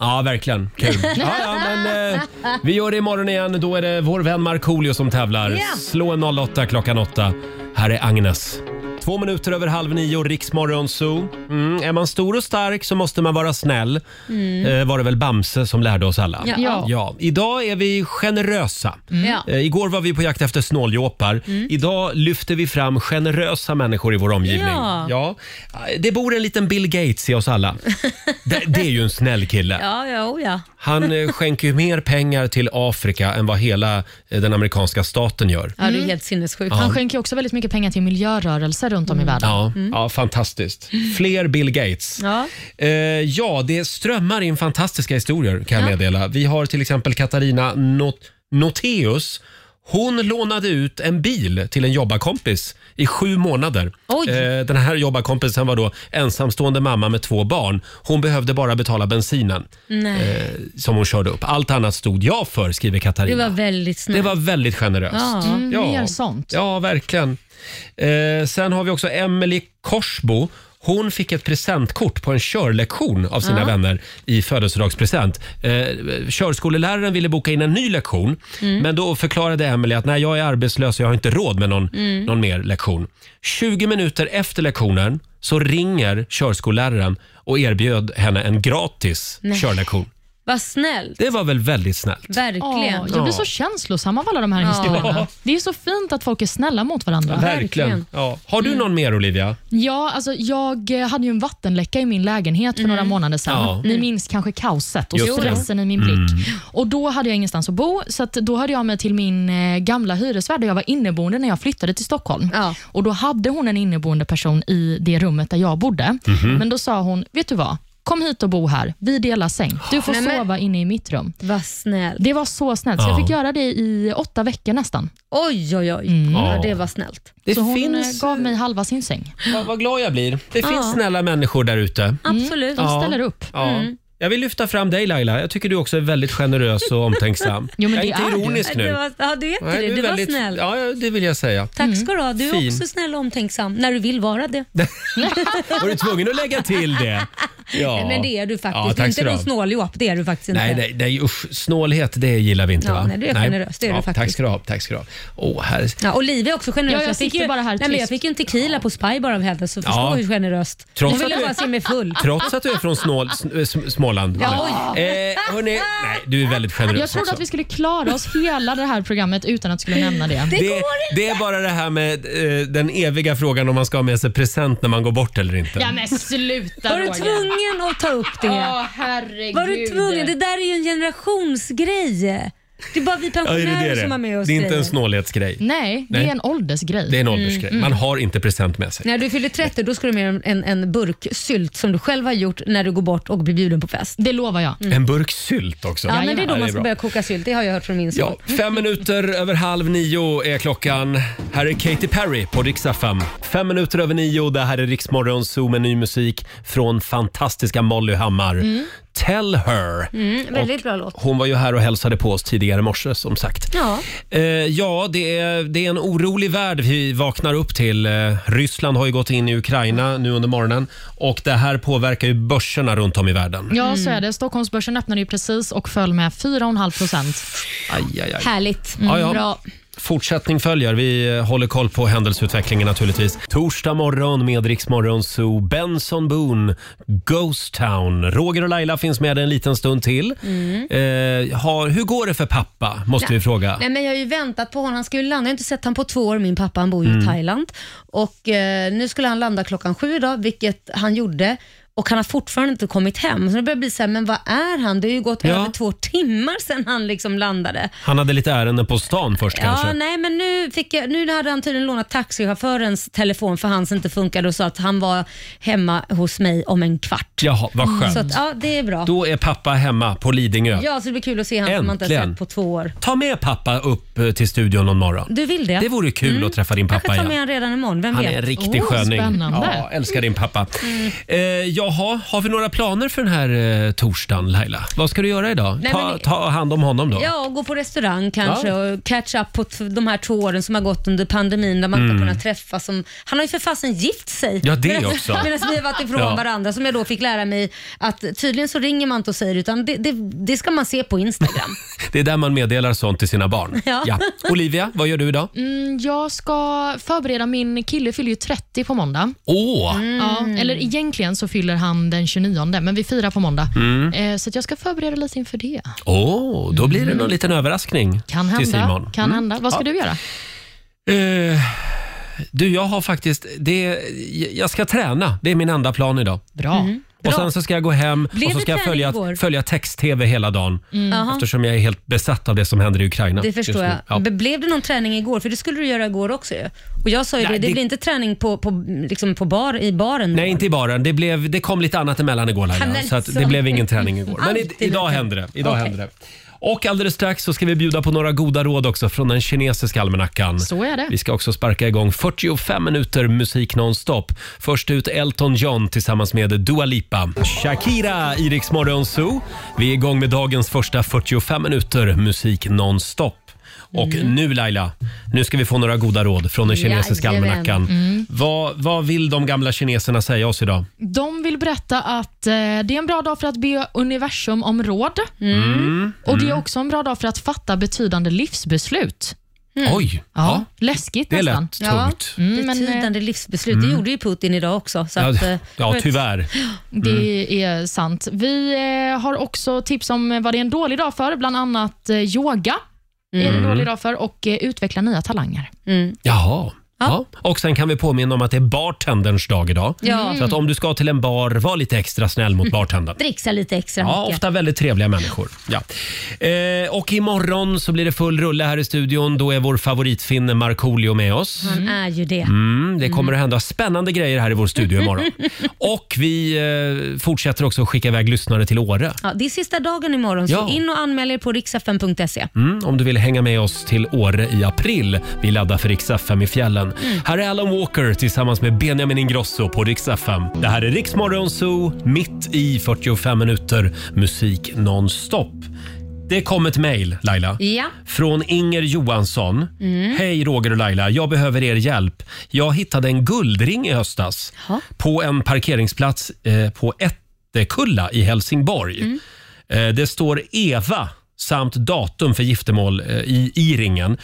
A: Ja, verkligen. Kul. Ja, ja, men, eh, vi gör det imorgon igen. Då är det vår vän Markoolio som tävlar.
C: Ja.
A: Slå en 08 klockan 8. Här är Agnes. Två minuter över halv nio, Riksmorgon Zoo. Mm, är man stor och stark så måste man vara snäll. Eh, var det väl Bamse som lärde oss alla.
C: Mm. Ja. Mm.
A: Ja, idag är vi generösa.
C: Ja. Mm.
A: Eh, igår var vi på jakt efter snåljåpar. Idag lyfter vi fram generösa människor i vår omgivning.
C: Ja.
A: Ja. Eh, Det bor en liten Bill Gates i oss alla. Det, det är ju en snäll kille.
C: Ja, ja, oh ja.
A: Han eh, skänker ju mer pengar till Afrika än vad hela eh, den amerikanska staten gör.
C: Ja,
D: Mm.
C: det är helt sinnessjukt.
D: Han skänker också väldigt mycket pengar till miljörörelser runt om i världen.
A: Ja, Mm. ja fantastiskt. Fler Bill Gates.
C: Ja.
A: Eh, ja, det strömmar in fantastiska historier kan jag meddela. Vi har till exempel Katarina Not- Noteus. Hon lånade ut en bil till en jobbarkompis i sju månader.
C: Oj.
A: Eh, Den här jobbarkompisen var då ensamstående mamma med två barn. Hon behövde bara betala bensinen
C: Nej,
A: Eh, som hon körde upp. Allt annat stod jag för, skriver
C: det
A: Katarina.
C: var väldigt snällt.
A: Det var väldigt generöst.
C: Ja.
D: Mm, mer sånt.
A: Ja, verkligen. Eh, sen har vi också Emily Korsbo. Hon fick ett presentkort på en körlektion av sina
L: Ja.
A: vänner i födelsedagspresent. Eh, körskoleläraren ville boka in en ny lektion,
L: Mm.
A: men då förklarade Emily att nej, jag är arbetslös och jag har inte råd med någon,
L: Mm.
A: någon mer lektion. 20 minuter efter lektionen så ringer körskolläraren och erbjöd henne en gratis
C: Nej.
A: körlektion.
C: Vad snällt.
A: Det var väl väldigt snällt?
C: Verkligen.
D: jag blir så känslosam av alla de här
A: Ja.
D: historierna.
A: Ja.
D: Det är så fint att folk är snälla mot varandra.
A: Verkligen. Ja. Har du någon mer Olivia?
D: Ja, alltså jag eh, hade ju en vattenläcka i min lägenhet för
C: Mm.
D: några månader sedan.
A: Ja.
D: Ni minns kanske kaoset och
A: Just det.
D: stressen i min
A: Mm.
D: blick. Och Då hade jag ingenstans att bo, så att då hörde jag mig till min eh, gamla hyresvärd där jag var inneboende när jag flyttade till Stockholm. Och Då hade hon en inneboende person i det rummet där jag bodde.
L: Mhm.
D: Men då sa hon, vet du vad? Kom hit och bo här. Vi delar säng. Du får
C: Nej, men-
D: sova inne i mitt rum.
C: Vad snällt.
D: Det var så snällt, så jag
A: Ja.
D: fick göra det i åtta veckor nästan.
C: Oj, oj, oj.
D: Mm.
A: Ja, det
C: var snällt.
A: Det
D: så hon
A: finns-
D: eh, gav mig halva sin säng.
A: Ja, vad glad jag blir. Det
D: Ja.
A: finns snälla människor där ute.
D: Absolut. Mm. De ställer upp.
A: Ja.
D: Mm.
A: Jag vill lyfta fram dig Laila. Jag tycker du också är väldigt generös och omtänksam.
C: Jo, men
A: jag är
C: det
A: inte
C: är du.
A: ironisk
C: Nej,
A: nu.
C: det var- ja, du är inte det.
A: är
C: Du var snäll.
A: Ja, ja, det vill jag säga.
D: Mm.
C: Tack ska du ha. Du är
A: Fin.
C: också snäll och omtänksam när du vill vara det.
A: Var du tvungen att lägga till det? Ja.
C: Nej, men det är du
A: Ja, tack
C: faktiskt. du är inte
A: ska du
C: någon
A: ha.
C: snåljåp. Det är du faktiskt inte.
A: Nej, nej, nej usch, snålhet det gillar vi inte
C: Ja,
A: va?
C: nej, du är generös, det är du
A: Tack
C: faktiskt.
A: ska du ha. Tack ska du ha. Åh, här.
C: Ja, och Liv är också generös.
D: Ja, jag sitter
C: ju,
D: bara här
C: nej, men jag
D: tyst.
C: fick ju en tequila på Spy bara av henne, så förstå
A: Ja.
C: hur generöst.
A: Trots
C: Hon ville
A: att du-
C: bara se mig full.
A: Trots att du är från snål, s- s- Småland.
D: Ja, oj.
A: Eh, hörni, nej, du är väldigt generös
D: Jag trodde
A: också.
D: att vi skulle klara oss hela det här programmet utan att skulle nämna det.
A: det, det är bara det här med eh, den eviga frågan om man ska ha med sig present när man går bort eller inte.
D: Ja, men sluta
C: Var du
D: Roger.
C: tvungen att ta upp det?
D: Ja, herregud.
C: Var du tvungen? Det där är ju en generationsgrej. Det är bara vi
A: Ja, är
C: pensionärer
A: det,
C: som har
A: det?
C: med oss
A: det är inte
C: grejer.
A: en snålhetsgrej.
D: Nej, det
A: Nej.
D: är en åldersgrej.
A: Det är en åldersgrej.
C: Mm, mm.
A: Man har inte present med sig.
C: När du fyller 30 då ska du med en, en burk sylt som du själv har gjort när du går bort och blir bjuden på fest.
D: Det lovar jag.
C: Mm.
A: En burk sylt också.
C: Ja, men det är då man ska
A: bra.
C: börja koka sylt. Det har jag hört från min son.
A: Ja, fem minuter över halv nio är klockan. Här är Katy Perry på riksdag 5. Fem minuter över nio, det här är Riksmorgon Zoo med ny musik från fantastiska Molly Hammar.
C: Mm.
A: Tell her.
C: Mm, väldigt bra låt.
A: Hon var ju här och hälsade på oss tidigare i morse som sagt.
C: Ja.
A: Eh, ja, det är, det är en orolig värld vi vaknar upp till. Eh, Ryssland har ju gått in i Ukraina nu under morgonen och det här påverkar ju börserna runt om i
C: Mm.
A: världen.
D: Ja, så är det. Stockholmsbörsen öppnade ju precis och föll med 4,5 procent.
A: Aj, aj, aj.
C: Härligt.
A: Ja, ja. Fortsättning följer. Vi eh, håller koll på händelseutvecklingen naturligtvis. Torsdag morgon med Rix Morgon Zoo. Benson Boone, Ghost Town. Roger och Laila finns med en liten stund till.
C: Mm.
A: Eh, har, hur går det för pappa? Måste vi fråga.
C: Nej, men jag har ju väntat på honom. Han skulle landa. Jag har inte sett honom på två år. Min pappa han bor ju
A: Mm.
C: i Thailand. Och, eh, nu skulle han landa klockan sju idag, vilket han gjorde. Och Han har fortfarande inte kommit hem. Så det börjar bli så här, men vad är han? Det har ju gått
A: Ja.
C: över två timmar sedan han liksom landade.
A: Han hade lite ärenden på stan först
C: Ja,
A: kanske.
C: nej, men nu, fick jag, nu hade han tydligen lånat taxichaufförens telefon för hans inte funkade och sa att han var hemma hos mig om en kvart.
A: Jaha, vad skönt.
C: Mm, Så att, ja, det är bra.
A: Mm. Då är pappa hemma på Lidingö.
C: Ja, så det blir kul att se han som man inte har
A: Äntligen.
C: sett på två år.
A: Ta med pappa upp eh, till studion någon morgon.
C: Du vill det?
A: Det vore kul att träffa din pappa
C: Kanske ta med
A: igen.
C: honom redan imorgon, vem
A: Han
C: vet?
A: är en riktig sköning. Ja, älskar din pappa.
C: Mm.
A: Eh, jaha, har vi några planer för den här eh, torsdagen Laila? Vad ska du göra idag?
C: Nej,
A: ta,
C: men-
A: ta hand om honom då?
C: Ja, och gå på restaurang kanske
A: Ja.
C: och catch up på t- de här två åren som har gått under pandemin där man inte
A: Mm.
C: har kunnat träffas. Som, han har ju för fasen gift sig.
A: Ja, det
C: Medan-
A: också.
C: Medan vi har varit ifrån
A: Ja.
C: varandra som jag då fick lära mig att tydligen så ringer man inte och säger utan det, det, det ska man se på Instagram.
A: Det är där man meddelar sånt till sina barn.
D: Ja.
A: Olivia, vad gör du idag?
D: Mm, jag ska förbereda, min kille fyller ju 30 på måndag.
A: Åh!
C: Mm.
D: Ja, eller egentligen så fyller han den 29, men vi firar på måndag.
A: Mm.
D: Eh, Så att jag ska förbereda lite inför det.
A: Åh, då blir det någon liten överraskning
D: Kan
A: till
D: hända.
A: Simon.
D: Kan
A: Mm.
D: hända. Vad ska
A: Ja.
D: du göra?
A: Eh, du, jag har faktiskt... Det, jag ska träna. Det är min enda plan idag.
D: Bra. Mm.
A: Och Sen så ska jag gå hem
C: Blev
A: och så
C: det
A: ska jag
C: träning
A: följa,
C: igår?
A: följa text-tv hela dagen.
C: Mm. Jaha.
A: Eftersom jag är helt besatt av det som händer i Ukraina.
C: Det
A: just
C: förstår
A: nu.
C: jag.
A: Ja.
C: Be- Blev det någon träning igår? För det skulle du göra igår också ju. Och jag sa ju
A: Nej,
C: det, det
A: det-
C: blir inte träning på, på, liksom på bar, i baren.
A: Nej, inte i baren. Det, blev, det kom lite annat emellan igår
C: Han
A: Laila,
C: är
A: så att det
C: liksom-
A: blev ingen träning igår. Men i,
C: Alltid
A: idag
C: lite.
A: händer det. Idag
C: Okej.
A: händer det. Och alldeles strax så ska vi bjuda på några goda råd också från den kinesiska almanackan.
D: Så är det.
A: Vi ska också sparka igång 45 minuter musik nonstop. Först ut Elton John tillsammans med Dua Lipa. Shakira i Rix Morgon Zoo. Vi är igång med dagens första 45 minuter musik nonstop. Och nu Laila, nu ska vi få några goda råd från den kinesiska
C: Jajamän. Mm.
A: almanackan. Vad, vad vill de gamla kineserna säga oss idag?
D: De vill berätta att eh, det är en bra dag för att be universum om råd.
C: Mm.
D: Och
A: Mm.
D: Det är också en bra dag för att fatta betydande livsbeslut.
A: Mm. Oj!
D: Ja,
A: Ja.
D: Läskigt
A: Det
D: nästan.
A: lät tungt.
C: Ja,
D: Mm, men, eh,
C: betydande livsbeslut. Det gjorde ju Putin idag också. Så
A: Mm. Ja,
C: att, eh,
A: ja,
C: vet-
A: tyvärr. Mm.
D: Det är sant. Vi eh, har också tips om eh, vad det är en dålig dag för, bland annat eh, yoga. Är
A: Mm.
D: det en dålig dag för och eh, utveckla nya talanger.
A: Jaha. Ja. Och sen kan vi påminna om att det är bartenderns dag idag.
C: Ja.
A: Så att om du ska till en bar, var lite extra snäll mot bartendern.
C: Dricksa lite extra
A: Ja,
C: mycket.
A: ofta väldigt trevliga människor. Ja. Eh, och imorgon så blir det full rulle här i studion. Då är vår favoritfinne Markoolio med oss.
C: Han är ju det.
A: Mm, det kommer att hända spännande grejer här i vår studio imorgon. Och vi eh, fortsätter också att skicka iväg lyssnare till Åre.
C: Ja, det är sista dagen imorgon,
A: Ja.
C: så in och anmäl er på riksfn.se.
A: Mm, om du vill hänga med oss till Åre i april. Vi laddar för Rix FM i fjällen. Här är Alan Walker tillsammans med Benjamin Ingrosso på Rix FM. Det här är Rix Morgon Zoo, mitt i 45 minuter musik nonstop. Det kom ett mejl, Laila.
C: Ja.
A: Från Inger Johansson. Hej Roger och Laila, jag behöver er hjälp. Jag hittade en guldring i höstas
C: Jaha.
A: på en parkeringsplats eh, på Ättekulla i Helsingborg. Eh, det står Eva samt datum för giftermål eh, i, i ringen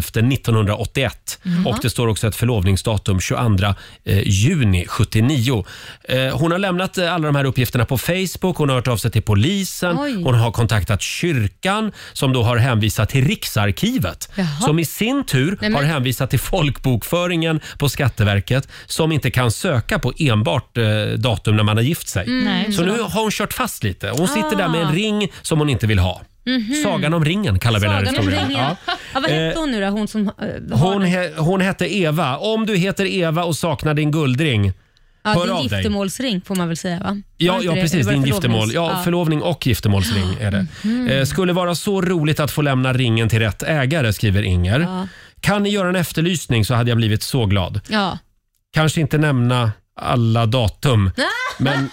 A: 28.11.1981 och det står också ett förlovningsdatum 22 eh, juni 79. Eh, Hon har lämnat eh, alla de här uppgifterna på Facebook, hon har hört av sig till polisen,
C: Oj.
A: hon har kontaktat kyrkan som då har hänvisat till Riksarkivet
C: Jaha.
A: som i sin tur
C: Nej, men-
A: har hänvisat till folkbokföringen på Skatteverket som inte kan söka på enbart eh, datum när man har gift sig.
C: Mm.
D: Nej,
A: Så nu har hon kört fast lite. Hon sitter där
C: Ah.
A: med en ring som hon inte vill ha. Sagan om ringen kallar vi den här
C: Mhm. Sagan om
A: historien.
C: ringen.
A: Ja.
C: Ja, vad hette hon nu då? Hon som eh, har
A: Hon,
C: den-
A: he, hon hette Eva. Om du heter Eva och saknar din guldring,
C: ja,
A: hör
C: din
A: av dig.
C: giftermålsring får man väl säga va? Var
A: Ja,
C: inte
A: ja
C: det?
A: precis.
C: Eller
A: Din
C: var det
A: giftermål.
C: förlovnings- Mhm.
A: Ja, Förlovning och giftermålsring är det. Eh, skulle vara så roligt att få lämna ringen till rätt ägare, skriver Inger.
C: Ja.
A: Kan ni göra en efterlysning så hade jag blivit så glad.
C: ja.
A: Kanske inte nämna alla datum, men,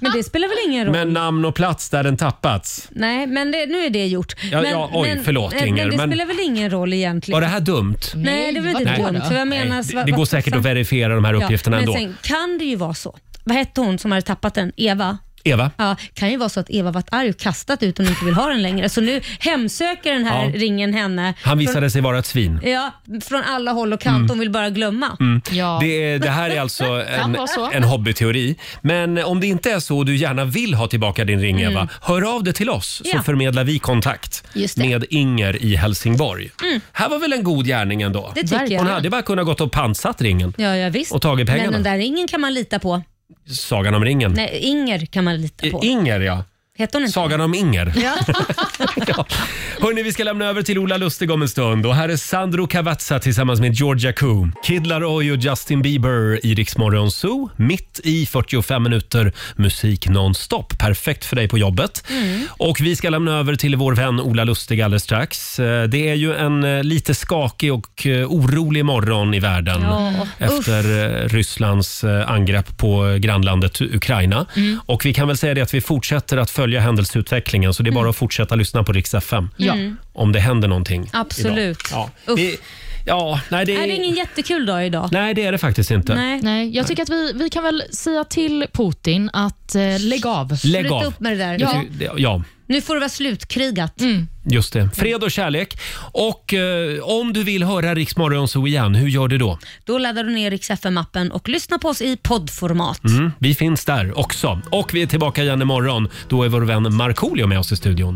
C: Men det spelar väl ingen roll?
A: Ah. men namn och plats där den tappats.
C: Nej, men det, nu är det gjort.
A: Ja,
C: men,
A: ja, oj, förlåt,
C: men,
A: Inger,
C: Men det
A: men-
C: spelar väl ingen roll egentligen?
A: Var det här dumt?
C: Nej, det var inte
D: vadå
C: dumt.
D: då?
C: För jag menar,
A: Nej, det,
C: vad-
A: det går
C: vad
A: säkert
C: fan-
A: att verifiera de här uppgifterna
C: ja, men
A: ändå.
C: Sen kan det ju vara så. Vad hette hon som hade tappat den? Eva?
A: Eva?
C: Ja, kan ju vara så att Eva varit arg och kastat ut den och inte vill ha den längre. Så nu hemsöker den här
A: Ja.
C: ringen henne.
A: Han visade sig vara ett svin.
C: Från, ja, från alla håll och kanter.
A: Mm.
C: Hon vill bara glömma.
D: Ja.
A: Det, är, det här är alltså en,
D: vara så.
A: en hobbyteori. Men eh, om det inte är så och du gärna vill ha tillbaka din ring, Eva, hör av dig till oss så
C: Mm. Ja.
A: förmedlar vi kontakt
C: Just det. Mm.
A: med Inger i Helsingborg. Här var väl en god gärning ändå?
C: Det tycker
A: Hon
C: jag.
A: hade bara kunnat gått och pansat ringen.
C: Ja, ja, visst.
A: Och tagit pengarna.
C: Men den där ringen kan man lita på.
A: Sagan om ringen.
C: Nej, Inger kan man lita på.
A: I- Inger, ja.
C: Hette hon inte
A: Sagan om Inger. Ja. Hörni, vi ska lämna över till Ola Lustig om en stund. Och här är Sandro Cavazza tillsammans med Georgia Koo. Kid Laroi och Justin Bieber i Rix Morgon Zoo. Mitt i 45 minuter musik nonstop. Perfekt för dig på jobbet. Och vi ska lämna över till vår vän Ola Lustig alldeles strax. Eh, Det är ju en eh, lite skakig och eh, orolig morgon i världen
C: Ja.
A: efter eh, Rysslands eh, angrepp på eh, grannlandet Ukraina.
C: Mm.
A: Och Vi kan väl säga det att vi fortsätter att följa händelseutvecklingen, så det är
C: Mm.
A: bara att fortsätta lyssna på Rix FM
D: Ja.
A: om det händer någonting.
C: Absolut.
A: Idag. Ja,
C: Usch.
A: det, ja nej, det,
C: Är det ingen jättekul dag idag?
A: nej, det är det faktiskt inte.
C: Nej.
D: Nej, jag tycker att vi, vi kan väl säga till Putin att eh, lägg av.
A: Lägg
C: Sluta
A: av.
C: upp med det där.
A: Jag ty- det- ja.
C: Nu får det vara slutkrigat.
A: Just det. Fred och kärlek. Och eh, om du vill höra Rix Morgon Zoo igen, hur gör du då?
C: Då laddar du ner Rix FM-appen och lyssnar på oss i poddformat.
A: Mm, vi finns där också. Och vi är tillbaka igen imorgon. Då är vår vän Markoolio med oss i studion.